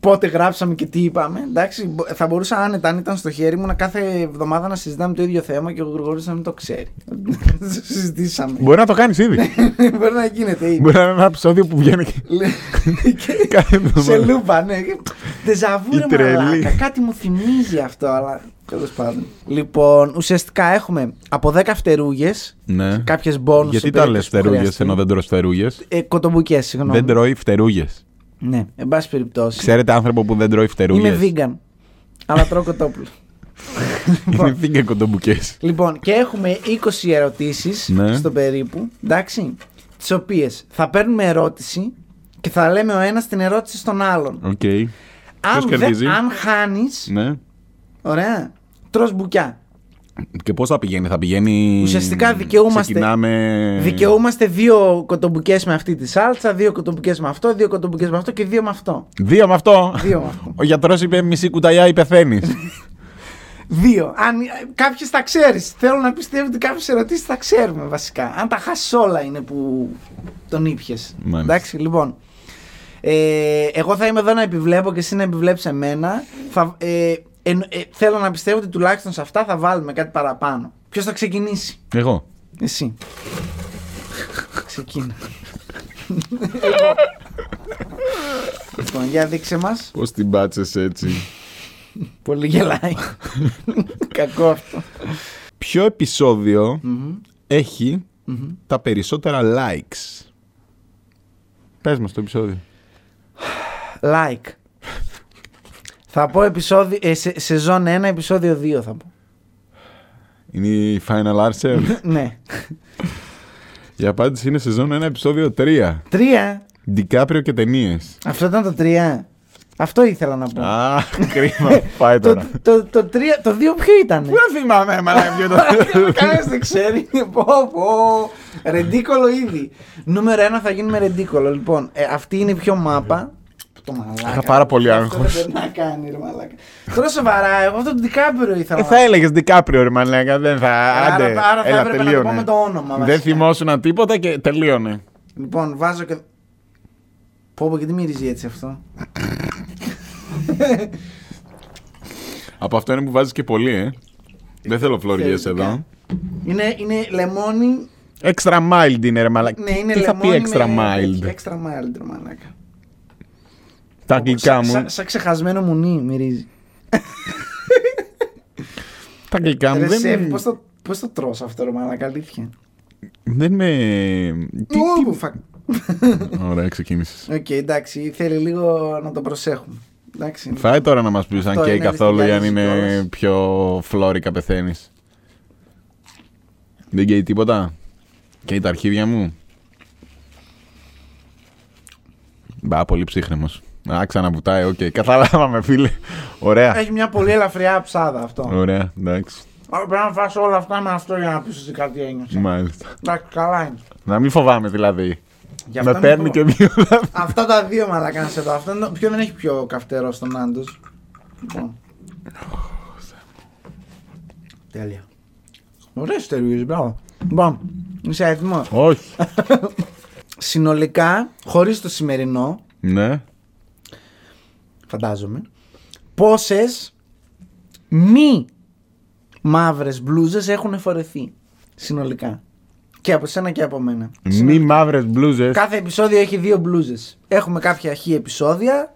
πότε γράψαμε και τι είπαμε. Εντάξει, μπο- θα μπορούσα άνετα, αν ήταν στο χέρι μου, να κάθε εβδομάδα να συζητάμε το ίδιο θέμα και ο Γρηγόρης να μην το ξέρει. <laughs> Το συζητήσαμε.
Μπορεί να το κάνεις
Ναι.
ήδη.
Μπορεί να γίνεται ήδη.
Μπορεί να είναι ένα επεισόδιο που βγαίνει και
Λε- και-
κάθε
Σε
εβδομάδα.
λούπα, ναι. Δεζαβού
Η
ρε
τρελή.
μαλάκα. Κάτι μου θυμίζει αυτό, αλλά τέλος πάντων. Λοιπόν, ουσιαστικά έχουμε από 10 φτερούγες,
Ναι.
κάποιες μπόνου.
Γιατί τα λες φτερούγε ενώ δεν τρώεις φτερούγες.
Ε, κοτομπουκές, συγγνώμη.
Δεν τρώει φτερούγες.
Ναι, εν πάση περιπτώσει.
Ξέρετε άνθρωπο που δεν τρώει φτερούγες.
Είμαι vegan. Αλλά τρώω κοτόπουλο.
<laughs> Είναι vegan κοντομπουκές.
λοιπόν, και έχουμε 20 ερωτήσεις
Ναι.
στο περίπου. Εντάξει. Τις οποίες θα παίρνουμε ερώτηση και θα λέμε ο ένας την ερώτηση στον άλλον.
Οκ.
αν δε-
κερδίζει?
αν χάνεις.
Ναι.
Ωραία. Τρως μπουκιά.
Και πώς θα πηγαίνει, θα πηγαίνει.
Ουσιαστικά δικαιούμαστε-
Ξεκινάμε.
Δικαιούμαστε δύο κοτομπουκές με αυτή τη σάλτσα, δύο κοτομπουκές με αυτό, δύο κοτομπουκές με αυτό και δύο με αυτό.
Δύο με αυτό.
Δύο με αυτό.
Ο γιατρός είπε μισή κουταλιά ή πεθαίνεις.
Δύο. Αν κάποιες τα ξέρεις. Θέλω να πιστεύω ότι κάποιες ερωτήσεις τα ξέρουμε βασικά. Αν τα χάσεις όλα είναι που τον ήπιες.
Μάλιστα.
Εντάξει, λοιπόν. Ε, εγώ θα είμαι εδώ να επιβλέπω και εσύ να επιβλέψεις εμένα. Θα, ε, εν- ε, θέλω να πιστεύω ότι τουλάχιστον σε αυτά θα βάλουμε κάτι παραπάνω. Ποιος θα ξεκινήσει,
Εγώ.
Εσύ. Ξεκίνα. λοιπόν, για δείξε μας.
Πώς την πάτσες έτσι.
Πολύ γελάει. Κακό αυτό.
Ποιο επεισόδιο
Μμμ.
έχει
Μμμ.
τα περισσότερα likes. Πες μας το επεισόδιο.
Like. θα πω επεισόδιο, ε, σε, σεζόν 1, επεισόδιο 2 θα
<laughs>
πω.
Είναι η Final <laughs> Answer.
ναι.
η απάντηση είναι σεζόν 1, επεισόδιο 3.
Τρία.
Ντικάπριο και ταινίες.
Αυτό ήταν το 3. Αυτό ήθελα να πω.
Α,
<laughs>
κρίμα. Πάει
Ναι. το, Ναι.
τώρα.
το, το, 3, το 2 ποιο ήταν.
Πού να θυμάμαι, μαλάκα, ποιο το.
Κανένας <laughs> δεν ξέρει. Πω, πω. Ρεντίκολο ήδη. Νούμερο 1 θα γίνουμε ρεντίκολο. Λοιπόν, ε, αυτή είναι η πιο μάπα. Το μαλάκα.
Είχα πάρα πολύ
Αυτό
άγχος.
Δεν να κάνει, ρε μαλάκα. Τώρα σοβαρά, εγώ αυτό το Ντικάπερο ήθελα.
Ε,
να
θα έλεγες Δικάπριο, ρε μαλάκα. Δεν θα.
Άρα-
Άντε,
άρα θα
έλα,
έπρεπε να το
τελείωνε.
πούμε το όνομα, βασικά.
Δεν θυμόσουνα τίποτα και τελείωνε.
Λοιπόν, βάζω και. Πω πω, γιατί μυρίζει έτσι αυτό.
Από αυτό είναι που βάζεις και πολύ, ε. Δεν θέλω φλωριές
Θεωρητικά.
εδώ.
Είναι, είναι λεμόνι.
Extra mild είναι, ρε μαλάκα.
Ναι, είναι
Τι θα πει
λεμόνι.
extra mild.
Με... Extra mild, ρε μαλάκα.
Τα αγγλικά μου.
Σαν σα, ξεχασμένο μουνί μυρίζει.
Τα αγγλικά μου
Ρε
δεν.
σεφ, πώς το, πώς το τρως αυτό, ρε μαλάκα, αλήθεια.
Δεν με. Τι.
Ου,
τι-
fuck.
Ωραία, ξεκίνησες.
Οκ, εντάξει, θέλει λίγο να το προσέχουμε. Εντάξει.
Φάει τώρα να μας πεις αν
Αυτό
καίει
είναι,
καθόλου ή αν
δυστυχώς.
είναι πιο φλόρικα πεθαίνεις. Δεν καίει τίποτα. Καίει τα αρχίδια μου. Μπα, πολύ ψύχρεμος. Α, ξαναβουτάει, οκ. Καταλάβαμε, φίλε. Ωραία.
Έχει μια πολύ ελαφριά ψάδα αυτό.
Ωραία, εντάξει.
Άρα Πρέπει να φας όλα αυτά με αυτό για να πεις ότι κάτι ένιωσα.
Μάλιστα.
Εντάξει, καλά είναι.
Να μην φοβάμαι δηλαδή.
Γι' αυτό
Να
είναι το-
παίρνει και μία.
Αυτά τα δύο μαλακά να σε δω. Αυτό είναι... Ποιο δεν έχει πιο καυτερό στον άντο. Λοιπόν. Τέλεια. Ωραίε τερουίε, μπράβο. Λοιπόν, είσαι αριθμό.
Όχι.
Συνολικά, χωρίς το σημερινό,
Ναι.
φαντάζομαι, πόσες μη μαύρες μπλούζες έχουν φορεθεί. Συνολικά. Και από σένα και από μένα.
Μη μαύρες μπλούζες.
Κάθε επεισόδιο έχει δύο μπλούζες. Έχουμε κάποια χι επεισόδια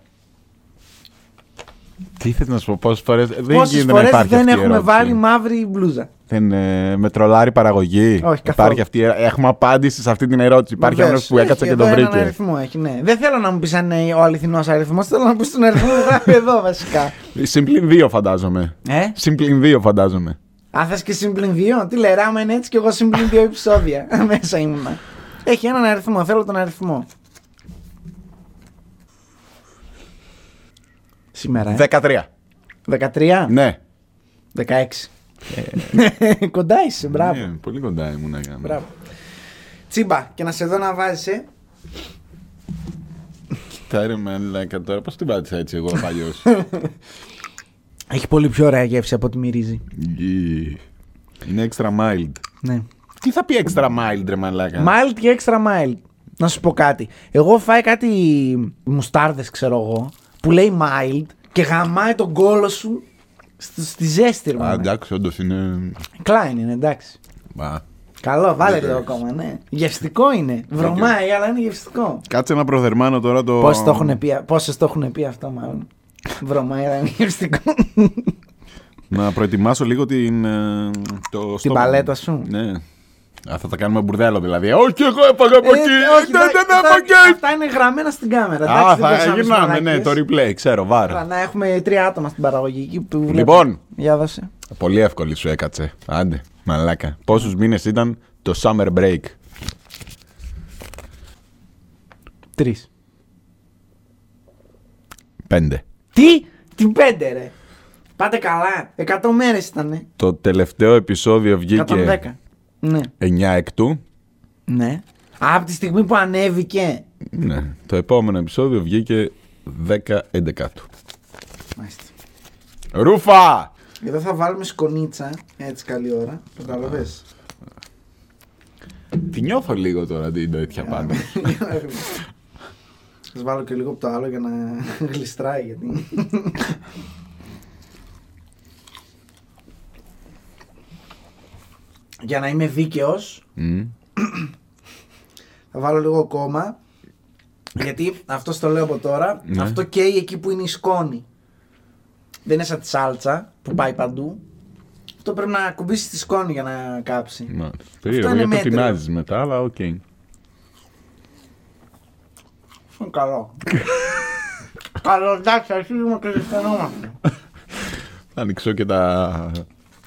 Τι θες να σου πω, πόσες φορές. Δεν
Πόσες
γίνεται να
φορές
υπάρχει
δεν
αυτή η
έχουμε
ερώτηση.
βάλει μαύρη μπλούζα.
Δεν ε, με τρολάρει παραγωγή.
καθόλου.
Υπάρχει αυτή, ε, έχουμε απάντηση σε αυτή την ερώτηση. Υπάρχει
Βεβαίως.
ένα που έκατσε
Έχει
και το
εδώ έναν
βρήκε.
αριθμό έχει, ναι. Δεν θέλω να μου πεις αν είναι ο αληθινός αριθμός, θέλω να μου πεις τον αριθμό που
<laughs>
γράφει εδώ βασικά.
Συμπλήν δύο φαντάζομαι.
Ε?
Συμπλήν δύο φαντάζομαι.
Αν θες και συμπλην δύο, τι λέει, Ράμα είναι έτσι και εγώ συμπλην δύο επεισόδια.
<laughs>
<laughs> Μέσα ήμουνα. Έχει έναν αριθμό, θέλω τον αριθμό. Σήμερα. Ε?
13.
13,
Ναι. Ε.
16. <laughs> Κοντά είσαι, μπράβο.
Ναι, πολύ κοντά ήμουν να
Μπράβο. Τσίμπα, και να σε δω να βάζει. Ε.
Κοιτά ρε μαλάκα τώρα, πώς την πάτησα έτσι εγώ
<laughs>
παλιός.
Έχει πολύ πιο ωραία γεύση από ό,τι μυρίζει.
Γη. Είναι extra mild.
Ναι.
Τι θα πει extra mild ρε μαλάκα.
Mild και extra mild. Να σου πω κάτι. Εγώ φάει κάτι μουστάρδες, ξέρω εγώ, που λέει mild και γαμάει τον κόλο σου στη, στη ζέστη, ρε
Α,
μάνα.
εντάξει, όντως είναι...
Klein είναι, εντάξει.
Μπα.
Καλό, βάλε
Εντάξει.
λίγο ακόμα, ναι. Γευστικό είναι. Βρωμάει, αλλά είναι γευστικό.
Κάτσε να προθερμάνω τώρα το...
Πόσες το έχουν πει, πόσες το έχουν πει αυτό, μάλλον. Βρωμάει, αλλά είναι γευστικό.
Να προετοιμάσω λίγο την... ε, Το στόμα μου.
παλέτα σου.
Ναι. Α, θα τα κάνουμε μπουρδέλο δηλαδή. Όχι, εγώ έφαγα από εκεί.
Ε, όχι,
Δεν
εντάξει,
δεν
αυτά-
έφαγα εκεί.
Αυτά είναι γραμμένα στην κάμερα.
Α,
εντάξει, δεν μπορείς να πεις
θα γυρνάμε, ναι,
μαλακίες.
το replay, ξέρω, βάρα.
Να έχουμε τρία άτομα στην παραγωγή. εκεί που βλέπουν.
Λοιπόν.
Για δώσε.
Πολύ εύκολη σου έκατσε. Άντε, μαλάκα. Πόσους μήνες ήταν το summer break.
Τρεις.
Πέντε.
Τι! Την πέντε, ρε. Πάτε καλά. Εκατό μέρες ήτανε.
Το τελευταίο επεισόδιο βγήκε
110. Ναι.
9 εκτού.
Ναι. Από τη στιγμή που ανέβηκε.
Ναι. Το επόμενο επεισόδιο βγήκε 10-11 του.
Μάλιστα.
Ρούφα!
Εδώ θα βάλουμε σκονίτσα. Έτσι καλή ώρα. Κατάλαβε.
Τη νιώθω λίγο τώρα την τέτοια πάντα.
Σας βάλω και λίγο από το άλλο για να γλιστράει γιατί. για να είμαι δίκαιος
Μμ.
θα βάλω λίγο κόμμα γιατί αυτό το λέω από τώρα
Ναι.
αυτό καίει εκεί που είναι η σκόνη δεν είναι σαν τη σάλτσα που πάει παντού αυτό πρέπει να κουμπίσεις τη σκόνη για να κάψει
Να, Περίεργο,
είναι
γιατί το
μέτριο.
τεινάζεις μετά, αλλά οκ.
Αυτό είναι
<laughs>
καλό καλό εντάξει αρχίζουμε και ζεστανόμαστε
Θα ανοίξω και τα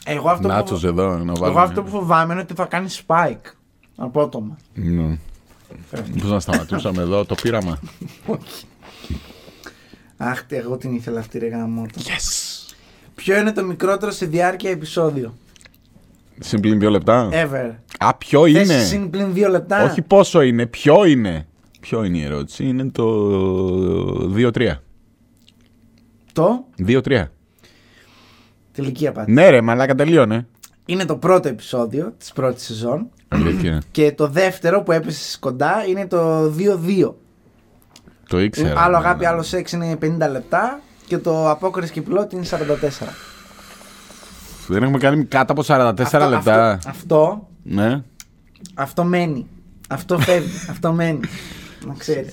εγώ αυτό που...
νάτσος εδώ να βάλω.
Εγώ αυτό που φοβάμαι είναι ότι θα κάνει spike. Απότομα.
Ναι. Πώς να σταματούσαμε εδώ το πείραμα.
Αχ, τι, εγώ την ήθελα αυτή ρε γαμότο.
Yes!
Ποιο είναι το μικρότερο σε διάρκεια επεισόδιο.
Συμπλήν δύο λεπτά.
Ever.
Α, ποιο
Είναι.
είναι.
Ε, συν πλην δύο λεπτά.
Όχι πόσο είναι, ποιο είναι. Ποιο είναι η ερώτηση, είναι το 2-3.
Το
2-3.
τελική απάντηση.
Ναι, ρε, μαλάκα τελείωνε.
Είναι το πρώτο επεισόδιο της πρώτης σεζόν.
Αλήθεια.
Και το δεύτερο που έπεσε κοντά είναι το 2-2.
Το ήξερα.
άλλο
ναι,
αγάπη,
ναι.
άλλο σεξ είναι 50 λεπτά. Και το απόκριση και πιλότη είναι 44. 4
Δεν έχουμε κάνει κάτω από 44 λεπτά.
Αυτό, αυτό,
Ναι.
αυτό μένει. Αυτό φεύγει. αυτό μένει. Να ξέρεις.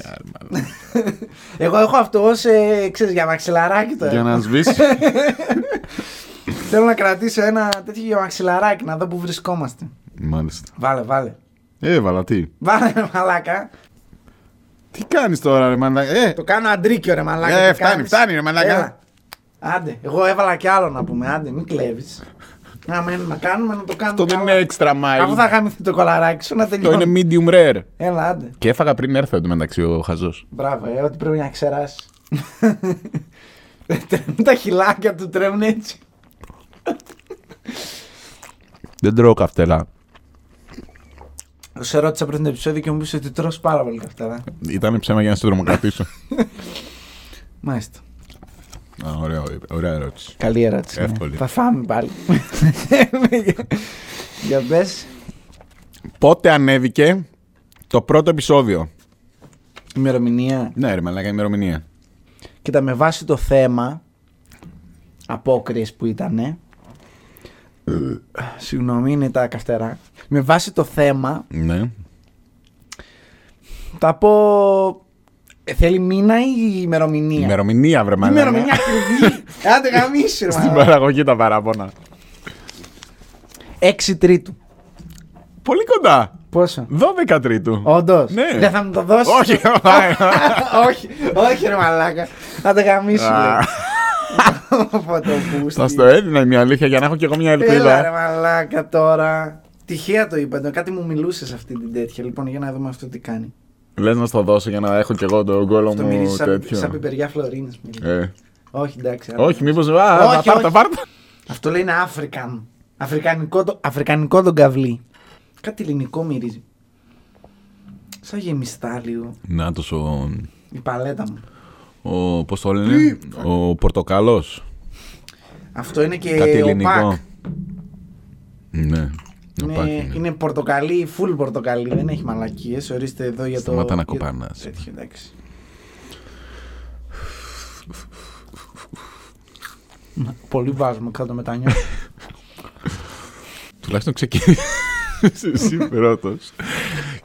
Εγώ έχω αυτό ως, ε, ξέρεις, για μαξιλαράκι το
Για
έχω.
να σβήσει.
Θέλω να κρατήσω ένα τέτοιο για μαξιλαράκι να δω που βρισκόμαστε.
Μάλιστα.
Βάλε, βάλε.
Έβαλα, τι.
Βάλε ρε μαλάκα.
Τι κάνεις τώρα, ρε μαλάκα. Ε,
Το κάνω αντρίκιο ρε μαλάκα.
Ε,
τι
φτάνει,
κάνεις.
φτάνει, ρε μαλάκα.
Έλα. Άντε, εγώ έβαλα κι άλλο να πούμε. Άντε, μην κλέβεις. Να μένουμε να κάνουμε, να το κάνουμε.
αυτό δεν
καλά.
είναι extra
Αφού θα
mile.
γαμηθεί το κολαράκι σου να
Το
τελειώνει.
είναι medium rare.
Έλα, άντε.
Και έφαγα πριν έρθω εντωμεταξύ ο χαζός.
Μπράβο, ε, ό,τι πρέπει να ξεράσει. <laughs> Τρέμουν τα χυλάκια του, τρέμουν έτσι.
Δεν τρώω καυτερά.
Σε ρώτησα πριν το επεισόδιο και μου είπε ότι τρως πάρα πολύ ε. καυτερά.
Ήταν ψέμα για να σε τρομοκρατήσω.
Μάλιστα.
Α, ωραία, ωραία ερώτηση.
Καλή ερώτηση. ναι.
Εύκολη.
Θα φάμε πάλι. <laughs> Για πες.
Πότε ανέβηκε το πρώτο επεισόδιο.
Ημερομηνία.
Ναι, ρε μαλάκα, ημερομηνία.
Κοίτα, με βάση το θέμα απόκριες που ήταν. Συγγνώμη, είναι τα καυτερά. Με βάση το θέμα,
Ναι.
θα πω. ε, Θέλει μήνα ή ημερομηνία.
Ημερομηνία, βρε μαλάκα.
Ημερομηνία
<laughs>
ακριβή. Άντε γαμίσου, ρε
Στην
μαλάκα.
παραγωγή τα παράπονα.
6 Τρίτου.
Πολύ κοντά.
Πόσο.
12 Τρίτου.
Όντως.
Ναι.
Δεν θα μου το δώσεις.
<laughs> Όχι,
<laughs> όχι, όχι ρε μαλάκα. Θα τα γαμίσω. <laughs>
Α.
λέει. Οπότε
θα
πούστη.
στο έδινα μια αλήθεια για να έχω κι εγώ μια
Έλα ρε
ελπίδα.
μαλάκα τώρα. Τυχαία το είπα. το- Κάτι μου μιλούσες σε αυτή την τέτοια. Λοιπόν, για να δούμε αυτό τι κάνει.
Λες να στο δώσω για να έχω κι εγώ τον κόλλο
Αυτό
μου
μυρίζει σαν, σαν
τέτοιο.
πιπεριά φλωρίνης.
Ε,
Όχι, εντάξει. άλλο.
Όχι, μήπως.
Όχι,
Α, πάρτε,
όχι.
πάρτε.
Αυτό λέει είναι Αφρικαν. Αφρικανικό, το, αφρικανικό τον καβλί. Κάτι ελληνικό μυρίζει. Σαν γεμιστά λίγο
Να το ο.
η παλέτα μου.
ο Πώς το λένε, ο Πορτοκάλος.
Αυτό είναι και
Κάτι
Ε, ο Πακ.
ελληνικό. Ναι. ο Πακ
Είναι,
είναι.
είναι πορτοκαλί, full πορτοκαλί, δεν έχει μαλακίες. Ορίστε εδώ για το.
Σταμάτα να
για-
κοπανάς.
τέτοιο, εντάξει. Μα, Πολύ βάζουμε κάτω με τα νιώθω.
Τουλάχιστον ξεκίνησες εσύ πρώτος.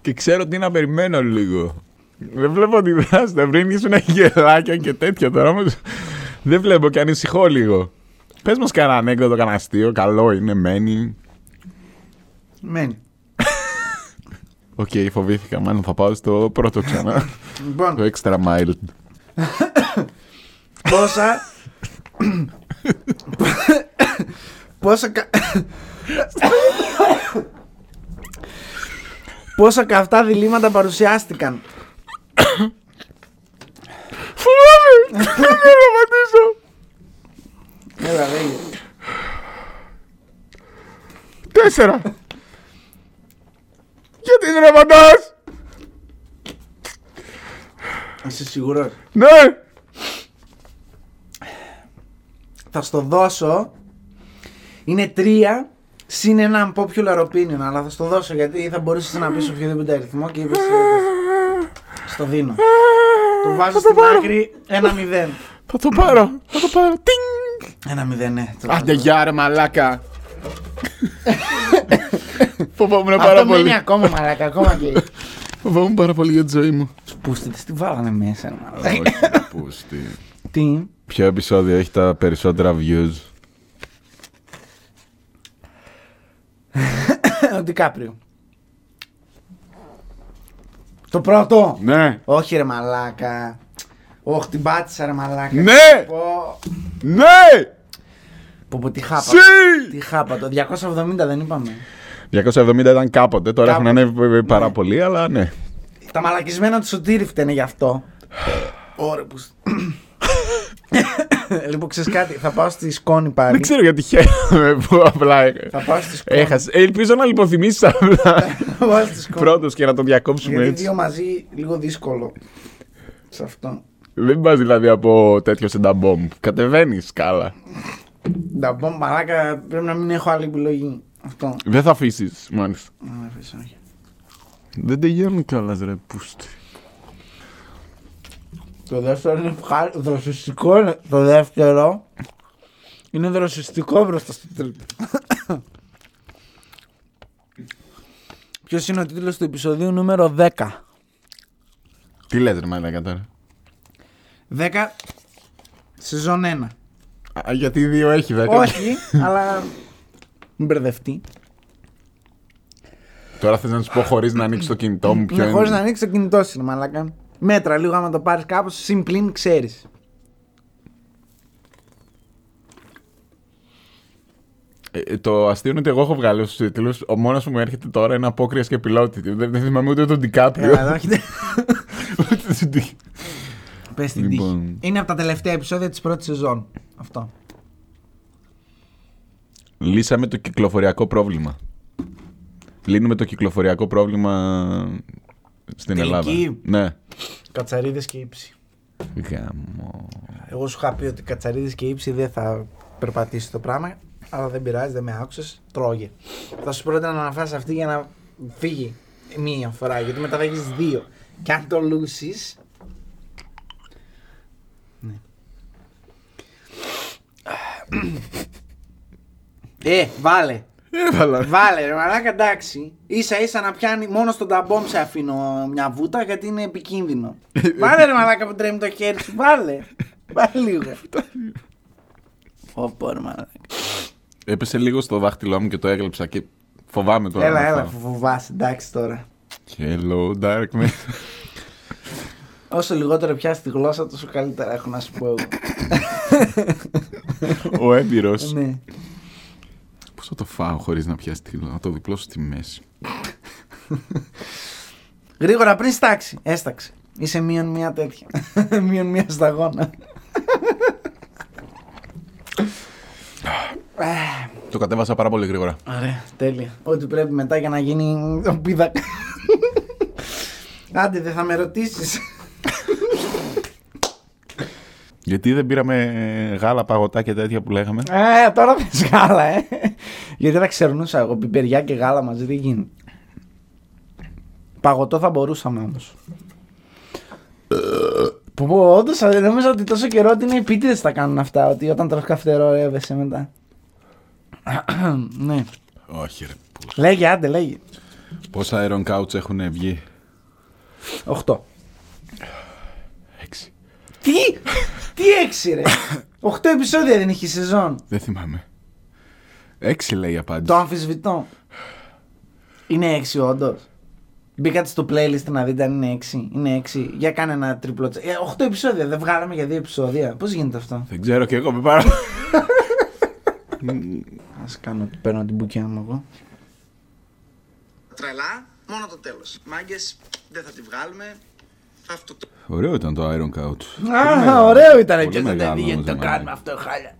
και ξέρω τι να περιμένω λίγο. Δεν βλέπω ότι δράστε. Πριν ήσουν γελάκια και τέτοια τώρα όμως. Δεν βλέπω και ανησυχώ λίγο. Πες μας κανένα ανέκδοτο, κανένα αστείο. Καλό είναι, μένει.
Μένει.
Οκ, φοβήθηκα. Μάλλον θα πάω στο πρώτο ξανά.
Λοιπόν,
το extra mild.
πόσα. πόσα. κα- πόσα καυτά διλήμματα παρουσιάστηκαν.
Φοβάμαι! Δεν απαντήσω!
Έλα, λέγε.
Τέσσερα! Γιατί δεν απαντάς!
Είσαι σίγουρος.
Ναι!
Θα στο δώσω. Είναι τρία συν ένα unpopular opinion, αλλά θα στο δώσω γιατί θα μπορούσες να πεις οποιοδήποτε αριθμό και είπες... ε, Στο δίνω. Το βάζω
Θα
στην
πάρω.
άκρη ένα μηδέν.
Θα το πάρω! Θα το πάρω! Τινγκ!
Ένα μηδέν, ναι. Το-
Άντε γεια ρε μαλάκα! Φοβόμουν πάρα
Αυτό μένει
πολύ.
ακόμα μαλακά, ακόμα και.
Φοβόμουν πάρα πολύ για τη ζωή μου.
Σπούστητε, τι βάλανε μέσα, ρε μαλάκα.
Όχι, πούς, τι.
Τι.
Ποιο επεισόδιο έχει τα περισσότερα views.
Ο Ντικάπριο. Το πρώτο.
Ναι!
Όχι, ρε μαλάκα. Όχι, την πάτησα, ρε μαλάκα.
Ναι!
Πω,
Ναι!
πω, πω, τι χάπα.
Συ!
Τι χάπα το. 270 δεν είπαμε.
270 ήταν κάποτε, τώρα έχουν
Κάποτε.
ανέβει βέβαια πάρα πολύ, αλλά ναι.
Τα μαλακισμένα του σωτήρι φταίνε γι' αυτό. Ωραία που. σ- <coughs> λοιπόν, ξέρεις κάτι, θα πάω στη σκόνη πάλι.
Δεν ξέρω γιατί χαίρομαι που απλά
Θα πάω στη σκόνη.
έχασες. Ε, Ελπίζω να λιποθυμήσεις απλά
Θα πάω στη σκόνη.
πρώτος και να το διακόψουμε
Γιατί
έτσι.
δύο μαζί λίγο δύσκολο. Σε αυτό.
Δεν πας δηλαδή από τέτοιο σε νταμπόμ. Κατεβαίνει σκάλα.
Να πω μαλάκα, πρέπει να μην έχω άλλη επιλογή. Αυτό.
Δεν θα αφήσεις, μάλιστα.
Να με αφήσεις, όχι.
Δεν τελειώνουν κιόλας, ρε πούστη.
Το δεύτερο είναι ευχάρι- δροσιστικό. είναι Το δεύτερο είναι δροσιστικό μπροστά στο τρίτο. Ποιος είναι ο τίτλος του επεισοδίου νούμερο 10.
Τι λε, ρε μαλάκα τώρα.
10 σεζόν 1.
Α, γιατί δύο έχει δέκα.
<laughs> Όχι, αλλά. Μην μπερδευτεί.
Τώρα θες να σου πω χωρίς να ανοίξεις το κινητό μου, ποιο
Ναι,
είναι.
χωρίς να ανοίξεις το κινητό σου, είναι μαλάκα. Μέτρα λίγο άμα το πάρεις κάπως, συμπλήν ξέρεις.
Ε, ε, το αστείο είναι ότι εγώ έχω βγάλει στους τίτλους. Ο μόνος που μου έρχεται τώρα είναι απόκρυα και πιλότητη. Δεν, δεν θυμάμαι ούτε τον Ντικάπριο.
Έλα εδώ, <laughs> έχετε.
<laughs> ούτε τον Ντι-
Πες την
Λοιπόν.
τύχη. Είναι από τα τελευταία επεισόδια της πρώτης σεζόν. Αυτό.
Λύσαμε το κυκλοφοριακό πρόβλημα. Λύνουμε το κυκλοφοριακό πρόβλημα στην Ελλάδα.
Τελική.
Ναι.
Κατσαρίδες και ύψη.
Γαμώ.
Εγώ σου είχα πει ότι κατσαρίδες και ύψη δεν θα περπατήσει το πράγμα, αλλά δεν πειράζει, δεν με άκουσες. Τρώγε. Θα σου πρότεινα να αναφάσει αυτή για να φύγει μία φορά, γιατί μετά θα έχεις δύο. Και αν το λούσεις. Ναι. Ε, βάλε.
Έβαλα.
Βάλε ρε μαλάκα εντάξει Ίσα ίσα να πιάνει μόνο στον ταμπόμ σε αφήνω μια βούτα γιατί είναι
<laughs>
επικίνδυνο Βάλε ρε μαλάκα που τρέμει το χέρι σου Βάλε Βάλε λίγο Ωπω ρε μαλάκα
Έπεσε λίγο στο δάχτυλό μου και το έγλεψα και φοβάμαι τώρα.
Έλα
να
έλα
φάω.
φοβάσαι εντάξει τώρα
Hello, Darkman.
Όσο λιγότερο πιάσει τη γλώσσα τόσο καλύτερα έχω να σου πω εγώ
Ο έμπειρος.
Ναι
Πώ θα το φάω χωρίς να πιάσει τη να το διπλώσω στη μέση.
Γρήγορα πριν στάξει Έσταξε Είσαι μείον μία τέτοια <laughs> Μείον μία
<laughs>
σταγόνα
Το κατέβασα πάρα πολύ γρήγορα.
Ωραία, τέλεια. Ό,τι πρέπει μετά για να γίνει ο πίδακα. Άντε, δεν θα με ρωτήσεις.
Γιατί δεν πήραμε γάλα, παγωτά και τέτοια που λέγαμε.
ε, τώρα θες γάλα, ε. Γιατί θα ξερνούσα εγώ πιπεριά και γάλα μαζί, δεν γίνει. Παγωτό θα μπορούσαμε όμως. Που πω, όντω νόμιζα ότι τόσο καιρό ότι είναι επίτηδες τα κάνουν αυτά. Ότι όταν τρως καυτερό, ρεύεσαι μετά. <clears throat> ναι.
Όχι, ρε. πού-
Λέγε, άντε, λέγε.
Πόσα Iron Couch έχουν βγει.
8.
Έξι.
Τι! Τι έξι ρε! Οχτώ επεισόδια δεν έχει η σεζόν.
Δεν θυμάμαι. Έξι λέει η απάντηση.
Το αμφισβητώ. Είναι έξι όντως. Μπήκατε στο playlist να δείτε αν είναι 6. Είναι 6. Για κάνε ένα τρίπλο. τσε- Ε, 8 επεισόδια. Δεν βγάλαμε για 2 επεισόδια. Πώς γίνεται αυτό.
Δεν ξέρω και εγώ με πάρα.
Ας κάνω ότι παίρνω την μπουκιά μου εγώ.
τρελά, μόνο το τέλος. Μάγκες, δεν θα τη βγάλουμε. Θα αυτό το
Ωραίο ήταν το Iron Couch.
Α, ωραίο ήταν
Πολύ
και δεν
μεγάλο,
γιατί το
νομίζω,
κάνουμε
ναι.
αυτό χάλια.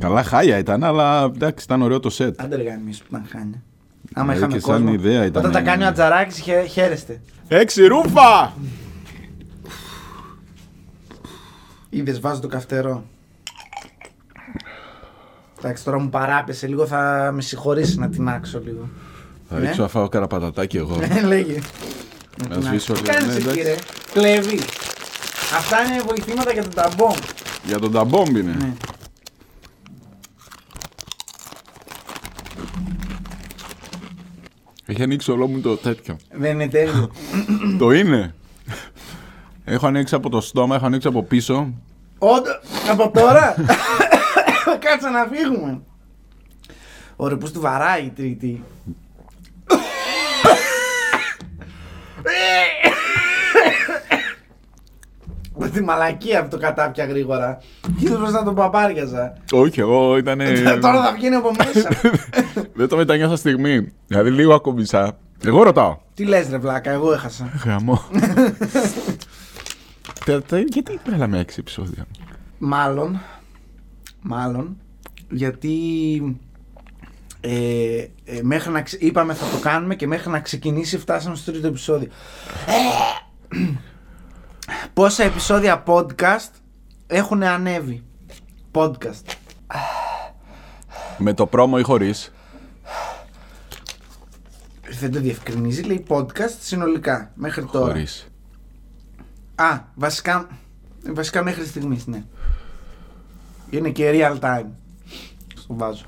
Καλά χάλια ήταν, αλλά εντάξει, ήταν ωραίο το σετ.
Αν δεν λέγαμε εμεί που ήταν χάλια. Άμα
Ε,
είχαμε
και σαν
κόσμο.
ιδέα ήταν,
Όταν τα
ε,
κάνει ο
ναι.
Ατζαράκη, χαι- χαίρεστε.
Έξι ρούφα!
Είδες, βάζω το καυτερό. Εντάξει, τώρα μου παράπεσε λίγο, θα με συγχωρήσει να τεινάξω λίγο. <laughs>
Θα
Ναι.
ρίξω να φάω καραπατατάκι εγώ.
Ε, Λέγε.
Να σβήσω
Τι
λίγο.
κάνεις
ναι,
εκεί,
εντάξει.
ρε. Κλέβει. Αυτά είναι βοηθήματα για τον ταμπόμ.
Για τον ταμπόμπι είναι.
Ναι.
Έχει ανοίξει όλο μου το τέτοιο.
Δεν είναι τέλειο.
Το είναι. Έχω ανοίξει από το στόμα, έχω ανοίξει από πίσω.
Όντω, από τώρα. Κάτσε να φύγουμε. Ωραία, πώς του βαράει η τρίτη. Με τη μαλακία που το κατάπια γρήγορα. Είδες πως να τον παπάριαζα.
Όχι, εγώ ήταν.
Τώρα θα βγαίνει από μέσα.
Δεν το μετανιώσα στιγμή. Δηλαδή λίγο ακόμησα. Εγώ ρωτάω.
Τι λες ρε βλάκα, εγώ έχασα.
Γαμό. Τα- τα- Γιατί βγάλαμε έξι επεισόδια.
Μάλλον. Μάλλον. Γιατί. Ε, ε, μέχρι να ξε- Είπαμε θα το κάνουμε και μέχρι να ξεκινήσει φτάσαμε στο τρίτο επεισόδιο. Ε, <clears throat> Πόσα επεισόδια podcast έχουν ανέβει. Podcast.
Με το πρόμο ή χωρίς.
Δεν το διευκρινίζει, λέει podcast συνολικά μέχρι τώρα.
Χωρίς.
Α, βασικά, βασικά μέχρι στιγμής, ναι. Είναι και real time. Στο βάζω.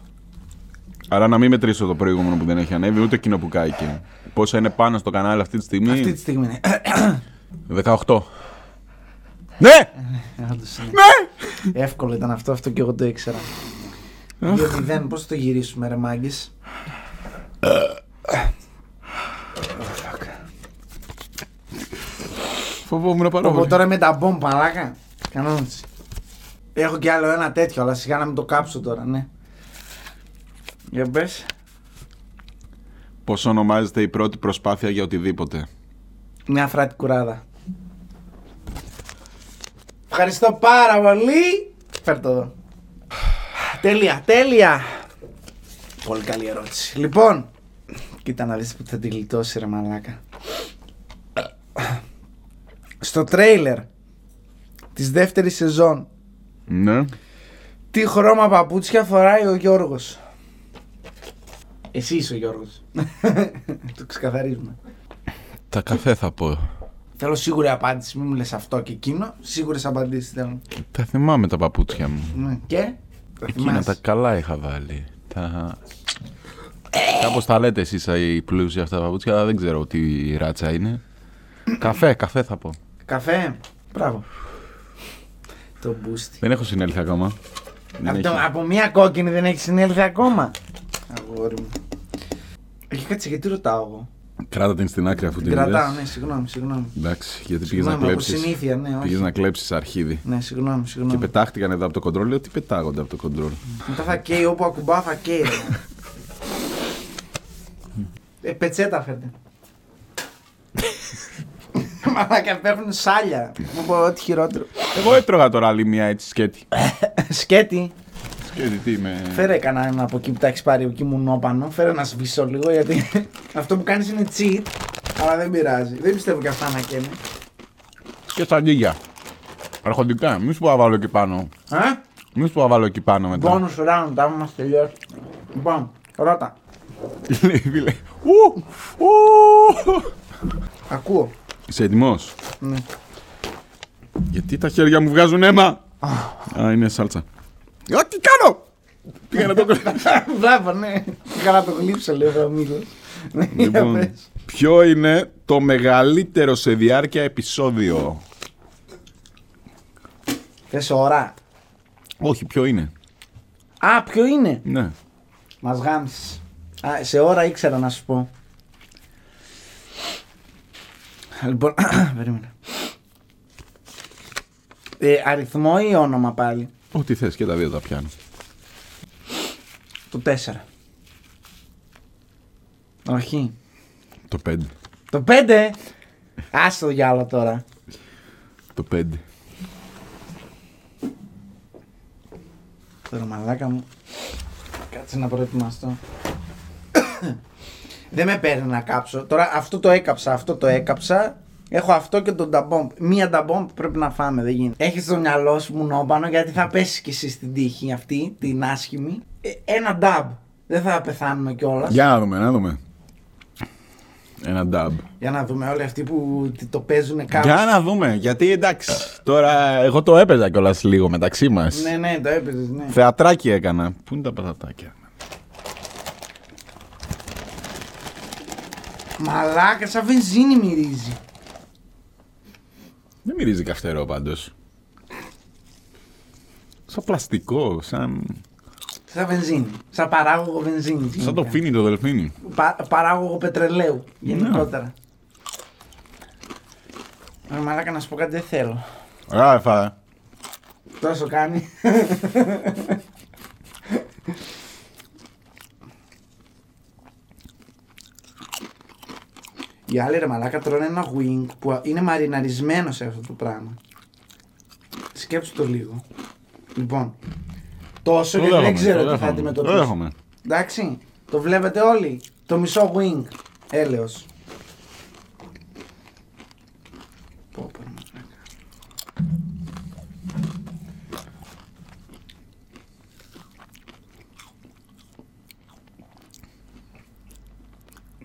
Άρα να μην μετρήσω το προηγούμενο που δεν έχει ανέβει, ούτε εκείνο που κάηκε. Πόσα είναι πάνω στο κανάλι αυτή τη στιγμή.
Αυτή τη στιγμή ναι. είναι.
18. Ναι!
Όντως είναι.
Ναι!
Εύκολο ήταν αυτό, αυτό και εγώ το ήξερα. Διότι δεν, πώς θα το γυρίσουμε ρε μάγκες.
Φοβόμουν πάρα
Από
πολύ.
τώρα με τα μπομ παλάκα, κανόνιση. Έχω κι άλλο ένα τέτοιο, αλλά σιγά να μην το κάψω τώρα, ναι. Για πες.
Πώς ονομάζεται η πρώτη προσπάθεια για οτιδήποτε.
Μια φράτη κουράδα. Ευχαριστώ πάρα πολύ. Φέρ το εδώ. Τέλεια, τέλεια. Πολύ καλή ερώτηση. Λοιπόν, κοίτα να δεις που θα τη γλιτώσει ρε μαλάκα. Στο τρέιλερ της δεύτερης σεζόν,
Ναι.
τι χρώμα παπούτσια φοράει ο Γιώργος. Εσύ είσαι ο Γιώργος. <laughs> το ξεκαθαρίζουμε.
Τα καφέ θα πω.
Θέλω σίγουρη απάντηση, μην μου λες αυτό και εκείνο. Σίγουρες απαντήσεις θέλω.
Τα θυμάμαι τα παπούτσια μου.
Ναι. Και. θα
Εκείνα
θυμάσαι.
τα καλά είχα βάλει. Τα... Κάπως τα λέτε εσείς οι πλούσιοι αυτά τα παπούτσια, αλλά δεν ξέρω τι ράτσα είναι. καφέ, καφέ θα πω.
Καφέ. Μπράβο. Το μπούστι.
Δεν έχω συνέλθει ακόμα. Δεν
Από,
έχει.
το- από μία κόκκινη δεν έχεις συνέλθει ακόμα. Αγόρι μου. Έχει κάτσε γιατί ρωτάω εγώ.
Κράτα την στην άκρη αφού
Την
την
κρατάω,
είδες.
ναι, συγγνώμη, συγγνώμη.
Εντάξει, γιατί πήγες να
Συγγνώμη, από
κλέψεις.
συνήθεια, ναι,
Πήγες
όχι.
να κλέψεις αρχίδι.
Ναι, συγγνώμη,
Και
συγγνώμη.
πετάχτηκαν εδώ από το κοντρόλ. Λέω τι πετάγονται από το κοντρόλ.
Μετά θα καίει όπου ακουμπά, θα καίει. ρε. ε, πετσέτα <laughs> φέρτε. Μαλάκα παίρνουν σάλια. Μου πω ό,τι χειρότερο.
Εγώ έτρωγα τώρα άλλη μια έτσι σκέτη.
Σκέτη,
σκέτη τι με.
φέρε κανένα από εκεί που τα έχεις πάρει, από εκεί μου νόπανο. Φέρε να σβήσω λίγο γιατί <laughs> αυτό που κάνεις είναι cheat. Αλλά δεν πειράζει. Δεν πιστεύω και αυτά να καίνε.
Και σαντίγια. Αρχοντικά, μη σου πω να βάλω εκεί πάνω.
Α,
Μη σου πω να βάλω εκεί πάνω μετά.
bonus round, άμα μας τελειώσει. Λοιπόν, ρώτα.
Λέει, φίλε, «Ου, ου».
Ακούω. <laughs>
Είσαι έτοιμος.
Ναι.
Γιατί τα χέρια μου βγάζουν αίμα. Α, είναι σάλτσα. Ε, Τι κάνω! Πήγα <laughs> να το κλείσω.
Μπράβο, ναι. Καλά το γλύψα, λέει ο Ραμίλο. <laughs>
Λοιπόν, ποιο είναι το μεγαλύτερο σε διάρκεια επεισόδιο.
Θες ώρα.
Όχι, ποιο είναι.
Α, ποιο είναι.
Ναι.
Μας γάμισε. Σε ώρα ήξερα να σου πω. Λοιπόν, <clears throat> περίμενα. Ε, αριθμό ή όνομα πάλι.
Ό,τι θες και τα δύο τα πιάνω.
Το 4. Όχι.
Το 5.
Το 5. Άστο για άλλο τώρα.
Το 5.
Τώρα μαλάκα μου. Κάτσε να προετοιμαστώ. Δεν με παίρνει να κάψω. Τώρα αυτό το έκαψα, αυτό το έκαψα. Έχω αυτό και τον ταμπόμπ. Μία ταμπόμπ πρέπει να φάμε, δεν γίνεται. Έχεις στο μυαλό σου μουνόπανο γιατί θα πέσει κι εσύ στην τύχη αυτή, την άσχημη. Ε, ένα νταμπ. Δεν θα πεθάνουμε κιόλας.
Για να δούμε, να δούμε. Ένα dub.
Για να δούμε όλοι αυτοί που τι- το παίζουν κάπου.
Για να δούμε, γιατί εντάξει, τώρα εγώ το έπαιζα κιόλας λίγο μεταξύ μας.
Ναι, ναι, το έπαιζες, ναι.
Θεατράκι έκανα. Πού είναι τα πατατάκια.
Μαλάκας, σαν βενζίνη μυρίζει.
Δεν μυρίζει καυτερό πάντως. Σαν πλαστικό, σαν,
Σαν βενζίνη. Σαν παράγωγο βενζίνη. Ναι.
σαν το φίνι το δελφίνι.
Πα, παράγωγο πετρελαίου γενικότερα. Ρε μαλάκα να σου πω κάτι δεν θέλω.
Ωραία, φάρα.
Τώρα σου κάνει. Οι άλλοι ρε μαλάκα τρώνε ένα wing που είναι μαριναρισμένο σε αυτό το πράγμα. Σκέψου το λίγο. Λοιπόν, τόσο γιατί δεν ξέρω τι θα
Το
αντιμετωπίσω.
δέχομαι.
Εντάξει, το βλέπετε όλοι. Το μισό wing. Έλεος. Πω, πω, ρε μαλάκα.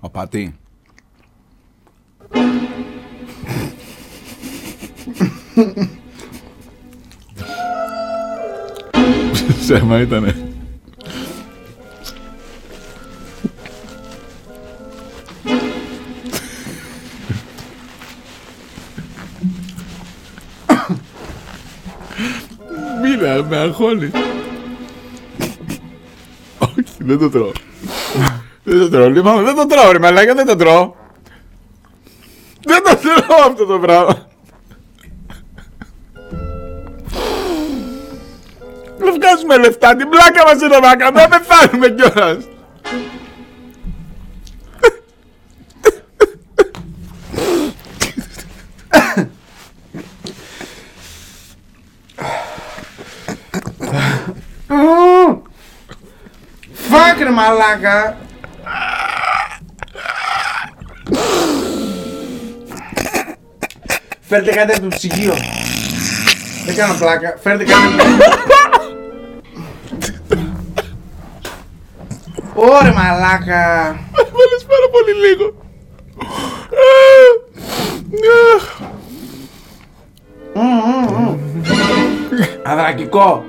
Απατή. Ψέμα ήτανε. Μίλα, με αγχώνει. Όχι, δεν το τρώω. Δεν το τρώω, λοιπόν, δεν το τρώω ρε μαλάκα, δεν το τρώω. Δεν το τρώω αυτό το πράγμα. Να βγάζουμε λεφτά, την πλάκα μας είναι να κάνουμε, να πεθάνουμε κιόλας.
Φάκ ρε μαλάκα! Φέρτε κάτι από το ψυγείο. Δεν κάνω πλάκα. Φέρτε κάτι από το Ωρε μαλάκα!
Έβαλες πάρα πολύ λίγο.
Αδρακικό!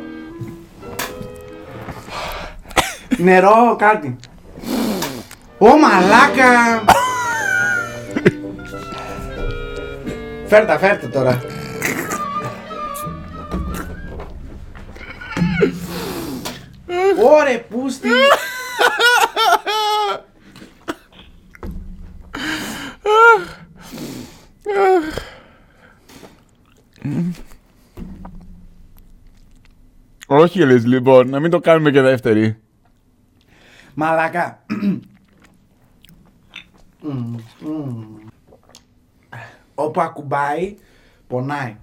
Νερό, κάτι. Ω μαλάκα! φέρτα, φέρτα τώρα. Ωρε πούστη!
Όχι λες λοιπόν, να μην το κάνουμε και δεύτερη.
Μαλάκα. Μμμ, μμμ. Όπου ακουμπάει, πονάει.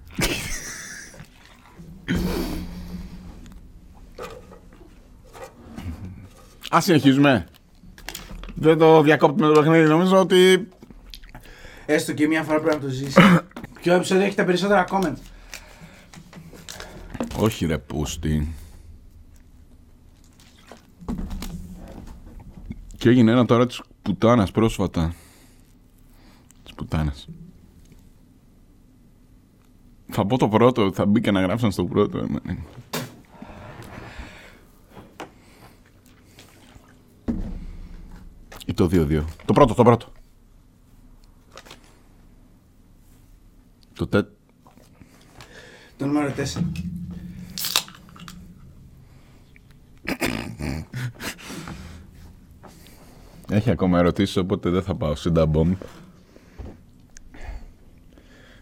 Ας συνεχίζουμε. Δεν το διακόπτουμε το παιχνίδι, νομίζω ότι...
Έστω και μία φορά πρέπει να το ζήσει. Ποιο επεισόδιο έχει τα περισσότερα comments.
Όχι ρε πούστη. Και έγινε ένα τώρα της πουτάνας πρόσφατα. Της πουτάνας. Θα πω το πρώτο, θα μπει και να γράψαν στο πρώτο. ε, ναι. εμένα. Ή το 2-2. Το πρώτο, το πρώτο. Το τε...
Το νούμερο 4.
Έχει ακόμα ερωτήσεις, οπότε δεν θα πάω στην Νταμπόμ.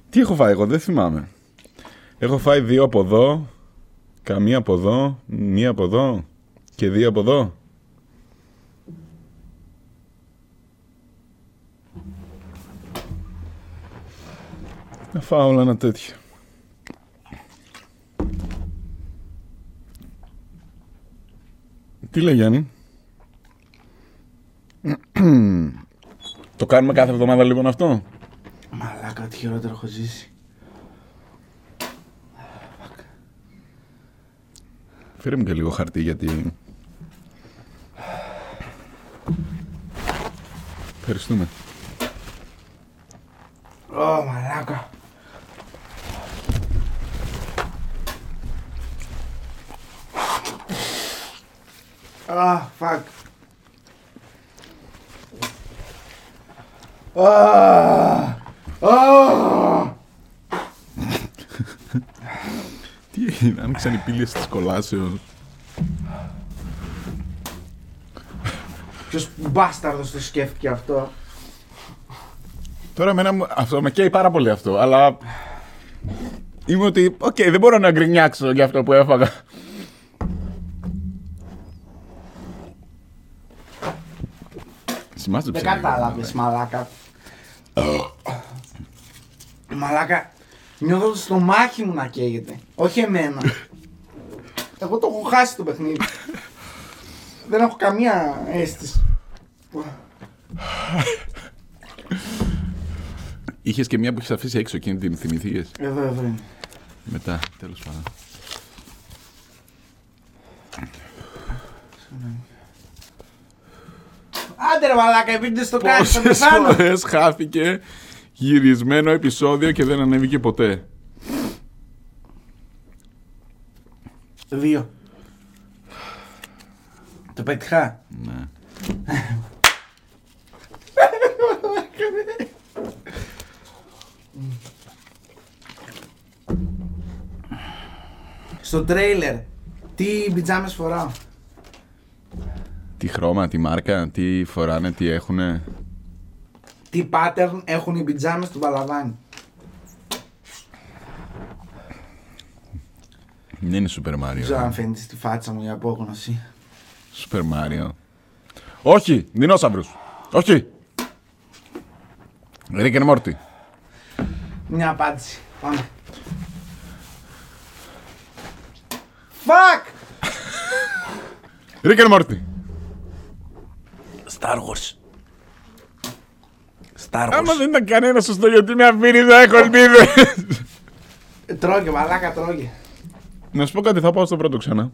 Τι έχω φάει εγώ, δεν θυμάμαι. Έχω φάει δύο από εδώ, καμία από εδώ, μία από εδώ και δύο από εδώ. Να φάω όλα ένα τέτοιο. Τι λέει Γιάννη. Το κάνουμε κάθε εβδομάδα λοιπόν αυτό.
Μαλάκα, ό,τι χειρότερο έχω ζήσει.
Φέρε μου και λίγο χαρτί γιατί... Ευχαριστούμε.
Ω, μαλάκα. Α, fuck. Α, α.
Τι έγινε, άνοιξαν οι πύλες της κολάσεως.
Ποιος μπάσταρδος το σκέφτηκε αυτό.
Τώρα εμένα μου- αυτό με καίει πάρα πολύ αυτό, αλλά... Είμαι ότι, οκ, δεν μπορώ να γκρινιάξω για αυτό που έφαγα. Σημάζεψε.
Δεν
λίγο,
κατάλαβες, μαλάκα. Ε, μαλάκα, νιώθω το στομάχι μου να καίγεται. Όχι εμένα. Εγώ το έχω χάσει το παιχνίδι. Δεν έχω καμία αίσθηση.
Είχες και μία που έχεις αφήσει έξω εκείνη την θυμηθήκες.
Εδώ, εδώ είναι.
Μετά, τέλος πάντων.
Άντε ρε μαλάκα, επειδή στο κάνεις, θα
Πόσες
πεθάνω.
φορές χάθηκε γυρισμένο επεισόδιο και δεν ανέβηκε ποτέ.
Δύο. Το πέτυχα.
Ναι.
Στο τρέιλερ, τι πιτζάμες φοράω.
Τι χρώμα, τι μάρκα, τι φοράνε, τι έχουνε.
Τι pattern έχουν οι πιτζάμες του Παλαβάνη.
Δεν είναι Super
Δεν ξέρω αν
Mario.
φαίνεται στη φάτσα μου η απόγνωση.
Super Mario. Όχι, δεινόσαυρους. Όχι. Rick and Morty.
Μια απάντηση. Πάμε. Fuck!
Rick and Morty.
Star Wars. Star
Άμα δεν ήταν κανένα σωστό γιατί με αφήνει να έχω ελπίδες.
Τρώγε, μαλάκα τρώγε.
να σου πω κάτι, θα πάω στο πρώτο ξανά.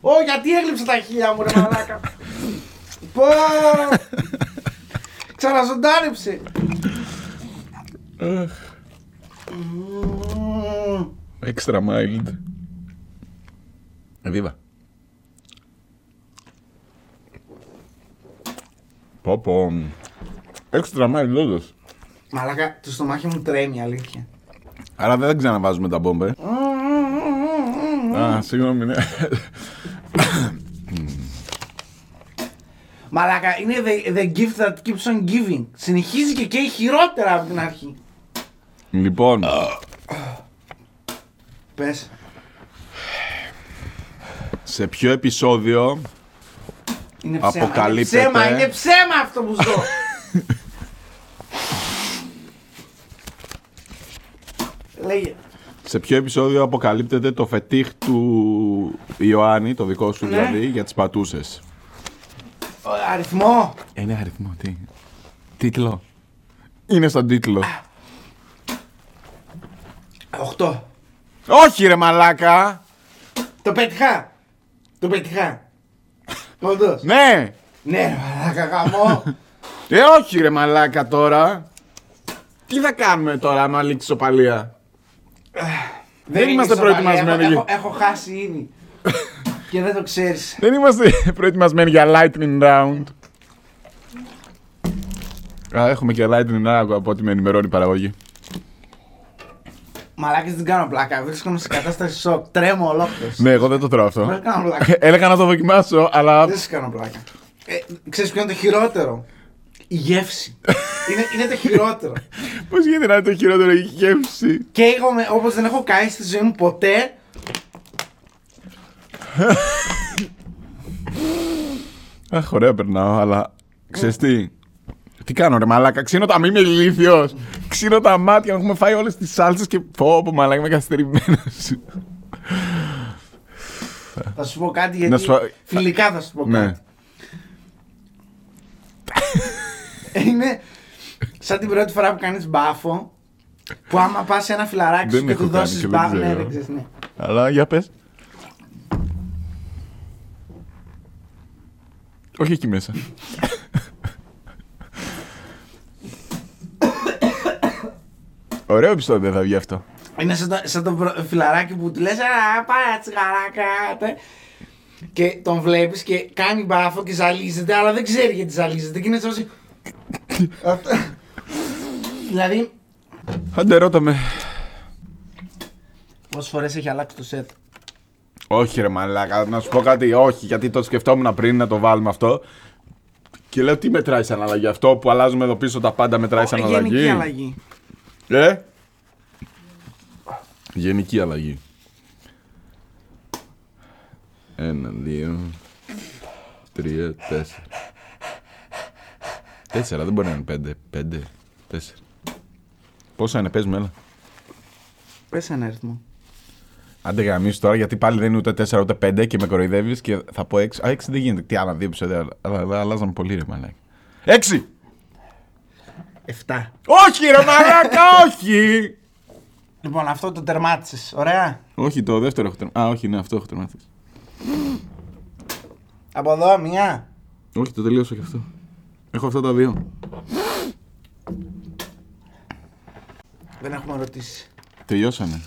Ω, γιατί έγλειψε τα χίλια μου, ρε <laughs> μαλάκα. Πω! Ξαναζωντάνεψε. Μμμ.
Extra mild. Εβίβα. Πω πω. Extra mild όντως.
Μαλάκα, το στομάχι μου τρέμει, αλήθεια.
Άρα δεν ξαναβάζουμε τα μπόμπα. ε. Α, συγγνώμη, ναι.
Μαλάκα, είναι the, the gift that keeps on giving. Συνεχίζει και καίει χειρότερα από την αρχή.
Λοιπόν,
Πες.
σε ποιο επεισόδιο
Είναι ψέμα.
Αποκαλύπτεται.
Είναι ψέμα, είναι ψέμα αυτό που
<laughs>
ζω. Λέγε.
σε ποιο επεισόδιο αποκαλύπτεται το φετίχ του Ιωάννη, το δικό σου
Ναι.
δηλαδή, για τις πατούσες.
Ο αριθμό.
Είναι Ε, ναι, αριθμό, τι. Τίτλο. Είναι στον τίτλο.
8.
Όχι ρε μαλάκα!
Το πετυχά. Το πετυχά. Όντως.
Ναι!
Ναι, ρε μαλάκα,
<laughs>
γαμό.
Ε, όχι ρε μαλάκα τώρα. Τι θα κάνουμε τώρα άμα λήξει η σοπαλία. Δεν
είναι
είμαστε
ισοπαλία,
προετοιμασμένοι.
Έχω, έχω, έχω χάσει
<laughs>
ήδη. και δεν το ξέρεις.
Δεν είμαστε <laughs> προετοιμασμένοι για lightning round. Α, έχουμε και lightning round από ό,τι με ενημερώνει η παραγωγή.
Μαλάκες δεν κάνω πλάκα. Βρίσκομαι σε κατάσταση σοκ. Τρέμω ολόκληρος.
Ναι, εγώ δεν το τρώω
Δεν
αυτό.
κάνω πλάκα.
Έλεγα να το δοκιμάσω, αλλά
Δεν σα κάνω πλάκα. Ε, ξέρεις ποιο είναι το χειρότερο. Η γεύση. είναι, είναι το
<laughs>
χειρότερο.
Πώς γίνεται να είναι το χειρότερο η γεύση.
Καίγομαι όπως δεν έχω καεί στη ζωή μου ποτέ.
Αχ, ωραία περνάω, αλλά ξέρεις τι. Τι κάνω, ρε Μαλάκα, ξύνω τα μη είμαι ηλίθιο. Ξύνω τα μάτια, μου, έχουμε φάει όλες τις σάλτσες και πω, πω Μαλάκα, είμαι καθυστερημένος.
Θα σου πω κάτι γιατί.
Να σου-
Φιλικά θα σου πω
ναι.
κάτι. είναι σαν την πρώτη φορά που κάνεις μπάφο. Που άμα πας σε ένα φιλαράκι
Δεν
σου και
έχω
του
κάνει και
δώσει
δεν
μπάφο. Ναι,
ξέρω.
δεν ξέρεις, ναι.
Αλλά για πες. Όχι εκεί μέσα. Ωραίο επεισόδιο θα βγει αυτό.
Είναι σαν το, σαν το προ- φιλαράκι που του λες: Α, πάρα τσιγαράκα. τε». Και τον βλέπεις και κάνει μπάφο και ζαλίζεται, αλλά δεν ξέρει γιατί ζαλίζεται. Και είναι σε όση- Αυτό. δηλαδή,
Άντε ρώτα με.
πόσες φορές έχει αλλάξει το σετ.
Όχι ρε μαλάκα, να σου πω κάτι, όχι, γιατί το σκεφτόμουν πριν να το βάλουμε αυτό. Και λέω τι μετράει σαν αλλαγή, αυτό που αλλάζουμε εδώ πίσω τα πάντα μετράει σαν αλλαγή.
Ε, Γενική αλλαγή.
Ε? Γενική αλλαγή. Ένα, δύο, τρία, τέσσερα. Τέσσερα, δεν μπορεί να είναι πέντε. Πέντε, τέσσερα. Πόσα είναι, πες μου, έλα.
Πες ένα αριθμό.
Άντε γαμίσου τώρα, γιατί πάλι δεν είναι ούτε 4 ούτε 5 και με κοροϊδεύεις και θα πω 6. Α, 6 δεν γίνεται. Τι άλλα, δύο επεισόδια. αλλά- αλλά- Αλλάζαμε πολύ, ρε μαλάκα. 6!
Εφτά.
Όχι, ρε μαλάκα, όχι!
Λοιπόν, αυτό το τερμάτισες. Ωραία.
όχι, το δεύτερο έχω τερματίσει. Α, όχι, ναι, αυτό έχω τερματίσει.
Από εδώ, μία.
Όχι, το τελείωσα και αυτό. Έχω αυτά τα δύο.
Δεν έχουμε ρωτήσει.
Τελειώσανε.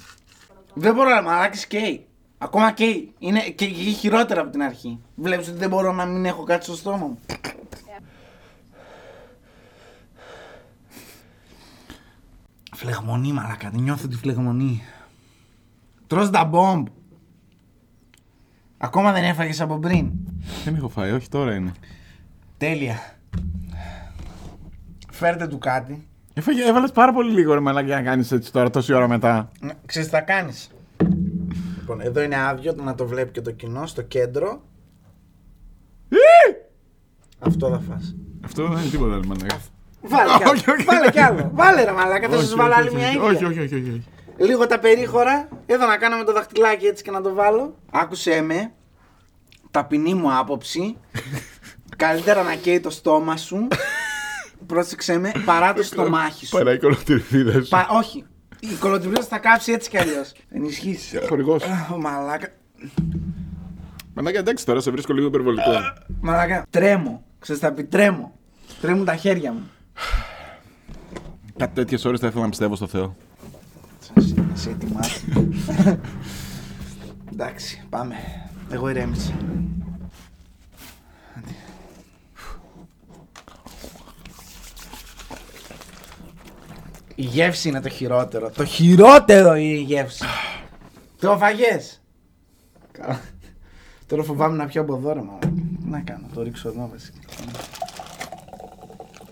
Δεν μπορώ να μαλάξει καίει. Ακόμα καίει. Είναι και και χειρότερα από την αρχή. Βλέπεις ότι δεν μπορώ να μην έχω κάτι στο στόμα μου. Φλεγμονή, μαλακά. Δεν νιώθω τη φλεγμονή. Τρως τα μπόμπ. Ακόμα δεν έφαγες από πριν.
Δεν έχω φάει, όχι τώρα είναι.
Τέλεια. Φέρτε του κάτι.
Έφαγε, έβαλες πάρα πολύ λίγο ρε μαλάκα για να κάνεις έτσι τώρα, τόση ώρα μετά.
Ναι, Ξέρεις τι θα κάνεις. Λοιπόν, εδώ είναι άδειο να το βλέπει και το κοινό στο κέντρο. Αυτό θα φας.
Αυτό δεν είναι τίποτα, ρε μαλάκα.
Βάλε κι
Όχι,
άλλο.
όχι.
Βάλε κι άλλο. Βάλε ρε μαλάκα, θα σας
Όχι,
βάλω
όχι,
άλλη
όχι,
μια
όχι,
ίδια.
Όχι, όχι, όχι. όχι.
Λίγο τα περίχωρα. Εδώ να κάναμε το δαχτυλάκι έτσι και να το βάλω. Άκουσέ με. Ταπεινή μου
<laughs>
άποψη. Καλύτερα να καίει το στόμα σου. Πρόσεξε με, παρά το στομάχι σου.
Παρά η κολοτριβίδα σου.
Πα- όχι. Η κολοτριβίδα θα κάψει έτσι κι αλλιώς. Ενισχύσει.
Χορηγό.
Ω, Μαλάκα.
Μαλάκα, εντάξει τώρα, σε βρίσκω λίγο υπερβολικό.
Μαλάκα. Τρέμω. Ξέρεις τα πει, τρέμω. Τρέμουν τα χέρια μου.
Κάτι τέτοιες ώρες θα ήθελα να πιστεύω στο Θεό.
Να σε ετοιμάσω. Εντάξει, πάμε. Εγώ ηρέμησα. Η γεύση είναι το χειρότερο. Το χειρότερο είναι η γεύση. Το φαγές. Καλά. Τώρα φοβάμαι να πιω από εδώ ρε μαλάκα. Τι να κάνω, το ρίξω εδώ βασικά.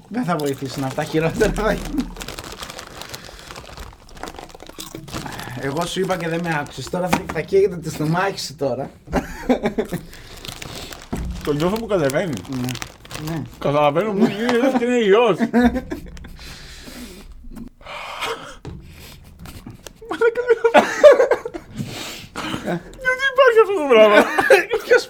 Δεν θα βοηθήσουν αυτά χειρότερα θα γίνουν. Εγώ σου είπα και δεν με άκουσες. Τώρα θα, θα καίγεται το στομάχι σου τώρα.
Το νιώθω που κατεβαίνει.
ναι.
Καταλαβαίνω που γίνεται και είναι ιό. Γιατί υπάρχει αυτό το πράγμα.
Ποιος,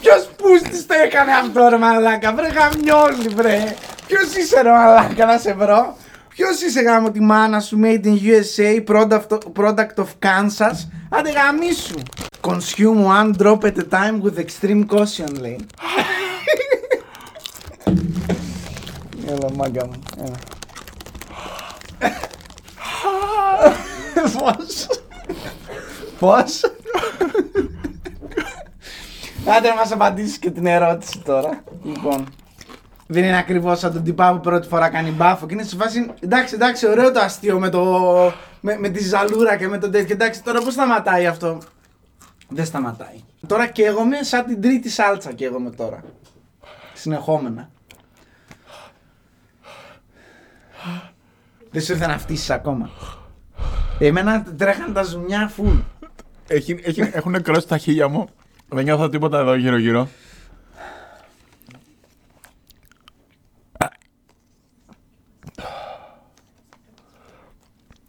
ποιος πούστης το έκανε αυτό ρε μαλάκα, βρε γαμιόλι βρε. Ποιος είσαι ρε μαλάκα να σε βρω. Ποιος είσαι γάμο τη μάνα σου, made in USA, product, product of Kansas. Άντε γαμίσου. Consume one drop at a time with extreme caution λέει. Έλα μάγκα μου, έλα. Πώς. Πώς. Άντε να μας απαντήσεις και την ερώτηση τώρα. Λοιπόν. Δεν είναι ακριβώς σαν τον τυπά που πρώτη φορά κάνει μπάφο και είναι σε φάση. Εντάξει, εντάξει, ωραίο το αστείο με, το... με, με τη ζαλούρα και με τον τέτοιο. Εντάξει, τώρα πώς σταματάει αυτό. Δεν σταματάει. Τώρα καίγομαι σαν την τρίτη σάλτσα καίγομαι τώρα. Συνεχόμενα. Δεν σου ήρθε να φτύσει ακόμα. Εμένα τρέχαν τα ζουμιά φουλ.
Έχει, έχει, έχουν νεκρώσει τα χείλια μου. Δεν νιώθω τίποτα εδώ γύρω-γύρω.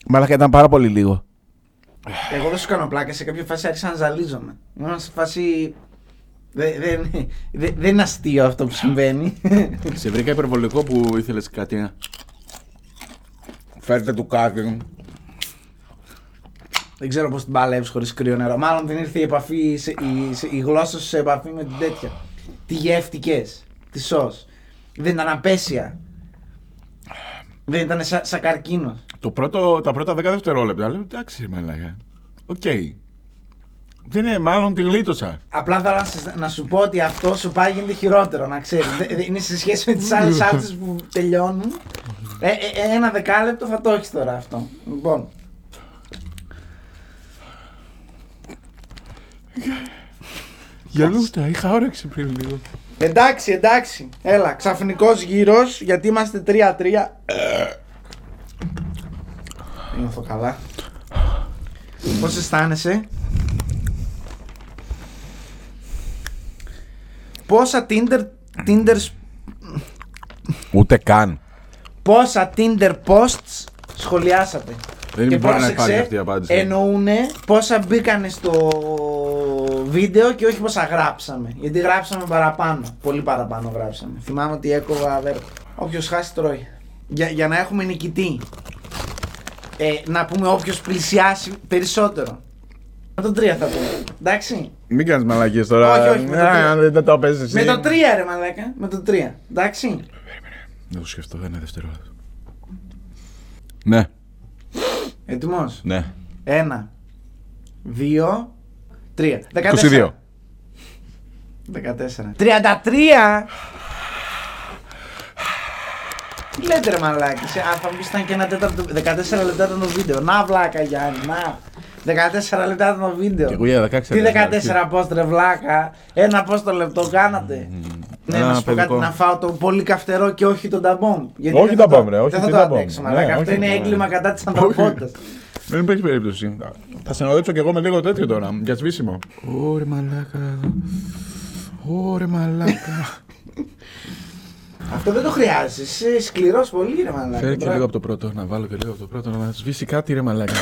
Μαλάκα ήταν πάρα πολύ λίγο.
Εγώ δεν σου κάνω πλάκα. Σε κάποια φάση άρχισα να ζαλίζομαι. Ήμουν σε φάση. Δεν δεν- δεν- δεν είναι αστείο αυτό που συμβαίνει.
Σε βρήκα υπερβολικό που ήθελες κάτι. ε. να- Φέρτε του κάτι.
δεν ξέρω πώς την παλεύεις χωρίς κρύο νερό. Μάλλον δεν ήρθε η, επαφή, σε- η, σε- η γλώσσα σου σε επαφή με την τέτοια. Τι γεύτηκες, τι σο. Δεν ήταν απέσια. Δεν ήταν σαν σα καρκίνος.
Το πρώτο, τα πρώτα 10 δευτερόλεπτα. Λέω εντάξει, μαλάκα. Οκ. Δεν είναι, μάλλον τη γλίτωσα.
Απλά θα να, σας- να σου πω ότι αυτό σου πάει γίνεται χειρότερο, να ξέρεις. Είναι σε σχέση με τις άλλες άρτσε που τελειώνουν. Ε, ε, ε, ένα δεκάλεπτο θα το έχεις τώρα αυτό. Λοιπόν.
Γελούσα, είχα όρεξη πριν λίγο.
Εντάξει, εντάξει. Έλα, ξαφνικός γύρος γιατί είμαστε 3-3. Νιώθω καλά. Πώς αισθάνεσαι, Πόσα Tinder, Tinder σ-
Ούτε καν.
πόσα Tinder posts σχολιάσατε.
Δεν
και
μπορεί να
πρόσεξε,
υπάρχει αυτή η απάντηση.
Εννοούνε πόσα μπήκανε στο βίντεο και όχι πόσα γράψαμε. Γιατί γράψαμε παραπάνω. Πολύ παραπάνω γράψαμε. Θυμάμαι ότι έκοβα βέρτα. Όποιος χάσει τρώει. Για, για να έχουμε νικητή. Ε, να πούμε όποιος πλησιάσει περισσότερο. Με το 3 θα πούμε. Εντάξει.
Μην κάνεις μαλακίες τώρα.
Όχι, όχι, με το
Α,
τρία.
αν δεν το παίζεις εσύ.
Με το 3 ρε μαλάκα. Με το 3. Εντάξει.
Να το σκεφτώ ένα δευτερόλεπτο. Ναι,
Ετοιμός.
ναι.
Ένα, δύο, τρία.
22.
14. 33! Τι λέτε ρε μαλάκι, σε αν θα μου πεις ήταν και ένα τέταρτο, 14 λεπτά ήταν το βίντεο. Να βλάκα Γιάννη, να. 14 λεπτά ήταν το βίντεο.
Και εγώ για 16
Τι
έλεγα,
14 πώς ρε βλάκα, ένα πώς το λεπτό κάνατε. Ναι,
Ένα
να σου πω κάτι,
παιδικό.
να φάω το πολύ καυτερό και όχι τον ταμπόμ. Γιατί
Όχι
δεν θα το-
ταμπόμ, ρε, όχι,
Δεν θα
τι
το
ταμπόμ.
αντέξω,
Ναι,
μαλάκα. Αυτό
όχι
είναι
ταμπόμ.
έγκλημα κατά της ανθρωπότητας.
Δεν Ε, υπάρχει περίπτωση. Θα συνοδέψω κι εγώ με λίγο τέτοιο τώρα, για σβήσιμο. Ωρε μαλάκα. Ωρε μαλάκα.
Αυτό δεν το χρειάζεσαι. Είσαι σκληρός πολύ, ρε μαλάκα.
<laughs> Φέρε και
Μπράβο.
λίγο από το πρώτο, να βάλω και λίγο από το πρώτο, να σβήσει κάτι ρε μαλάκα.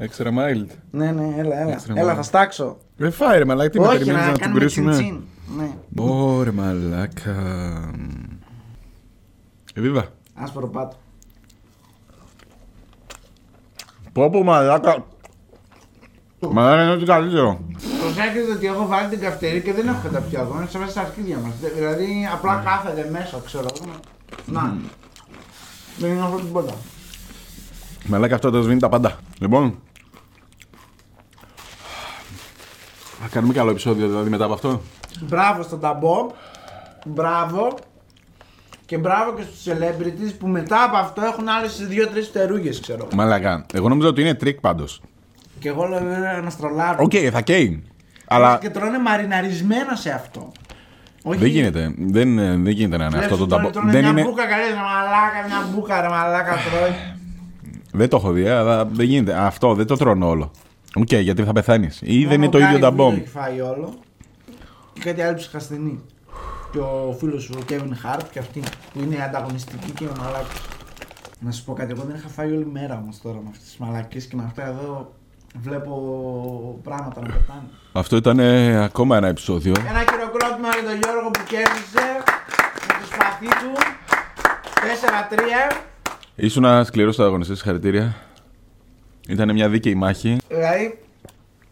Extra mild.
Ναι, ναι, έλα, έλα.
Έξτρα
έλα,
μαλάκα.
θα στάξω.
Δεν Ε, φάει ρε μαλάκα, τι με
Όχι,
περιμένεις
να,
να την
κάνουμε
κρίσουμε.
τσιν-τσιν. Ναι.
Ωρε μαλάκα. Εβίβα.
Άσπρο πάτο.
Πω πω μαλάκα. Μαλάκα είναι ό,τι καλύτερο.
Προσέχετε ότι έχω βάλει την καυτερή και δεν έχω καταπιεί ακόμα. Είναι σε μέσα στα αρχίδια μας. Δηλαδή,
Ναι.
απλά κάθεται μέσα, ξέρω εγώ. Να. Δεν είναι αυτό τίποτα.
Μαλάκα αυτό το σβήνει τα πάντα. Λοιπόν. Θα κάνουμε καλό επεισόδιο δηλαδή μετά από αυτό.
Μπράβο στον ταμπό. Μπράβο. Και μπράβο και στους celebrities που μετά από αυτό έχουν άλλες δύο-τρει φτερούγε, ξέρω. εγώ.
Μαλάκα. Εγώ νομίζω ότι είναι τρίκ πάντως.
Και εγώ λέω «Ε, να στρολάρω.
Οκ, θα καίει. Αλλά
Και τρώνε μαριναρισμένα σε αυτό. Όχι-
δεν γίνεται. Δεν, δεν γίνεται να είναι
Βλέπεις
αυτό το
ότι τρώνε-
ταμπο.
τρώνε
Δεν,
μια
είναι,
μπουκα καλές, ρε μαλάκα, μια μπουκα ρε μαλάκα τρώει.
δεν το έχω δει, αλλά δεν γίνεται. Αυτό δεν το τρώνε όλο. Οκ, γιατί θα πεθάνεις. Ή δεν είναι
Μόνο
το
ο
ίδιο
Κάης
τα
που
μπομ.
Το έχει φάει όλο. Και κάτι άλλο ψυχασθενή. Και ο φίλος σου, ο Kevin Hart, και αυτή που είναι ανταγωνιστική και μαλάκα. Να σου πω κάτι, εγώ δεν είχα φάει όλη μέρα όμως τώρα με αυτές τις μαλακίε και με αυτά εδώ βλέπω πράγματα να πετάνε.
Αυτό ήταν ε, ακόμα ένα επεισόδιο.
Ένα χειροκρότημα για τον Γιώργο που κέρδισε με το σπαθί του. 4-3.
Ήσουν ένας σκληρός αγωνιστή. Συγχαρητήρια. Ήταν μια δίκαιη μάχη.
Δηλαδή,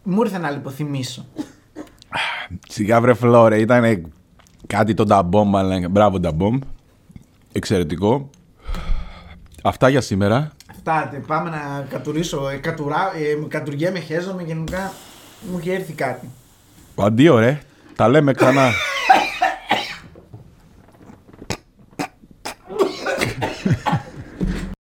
μου ήρθε να λιποθυμίσω.
Σιγά βρε φλόρε, ήταν κάτι το νταμπόμ, αλλά μπράβο νταμπόμ. Εξαιρετικό. Αυτά για σήμερα.
Αυτά, τε, πάμε να κατουρίσω. Ε, κατουρά, ε, κατουργέμαι, χέζομαι γενικά. Μου έχει έρθει κάτι.
Αντίο ρε, τα λέμε ξανά.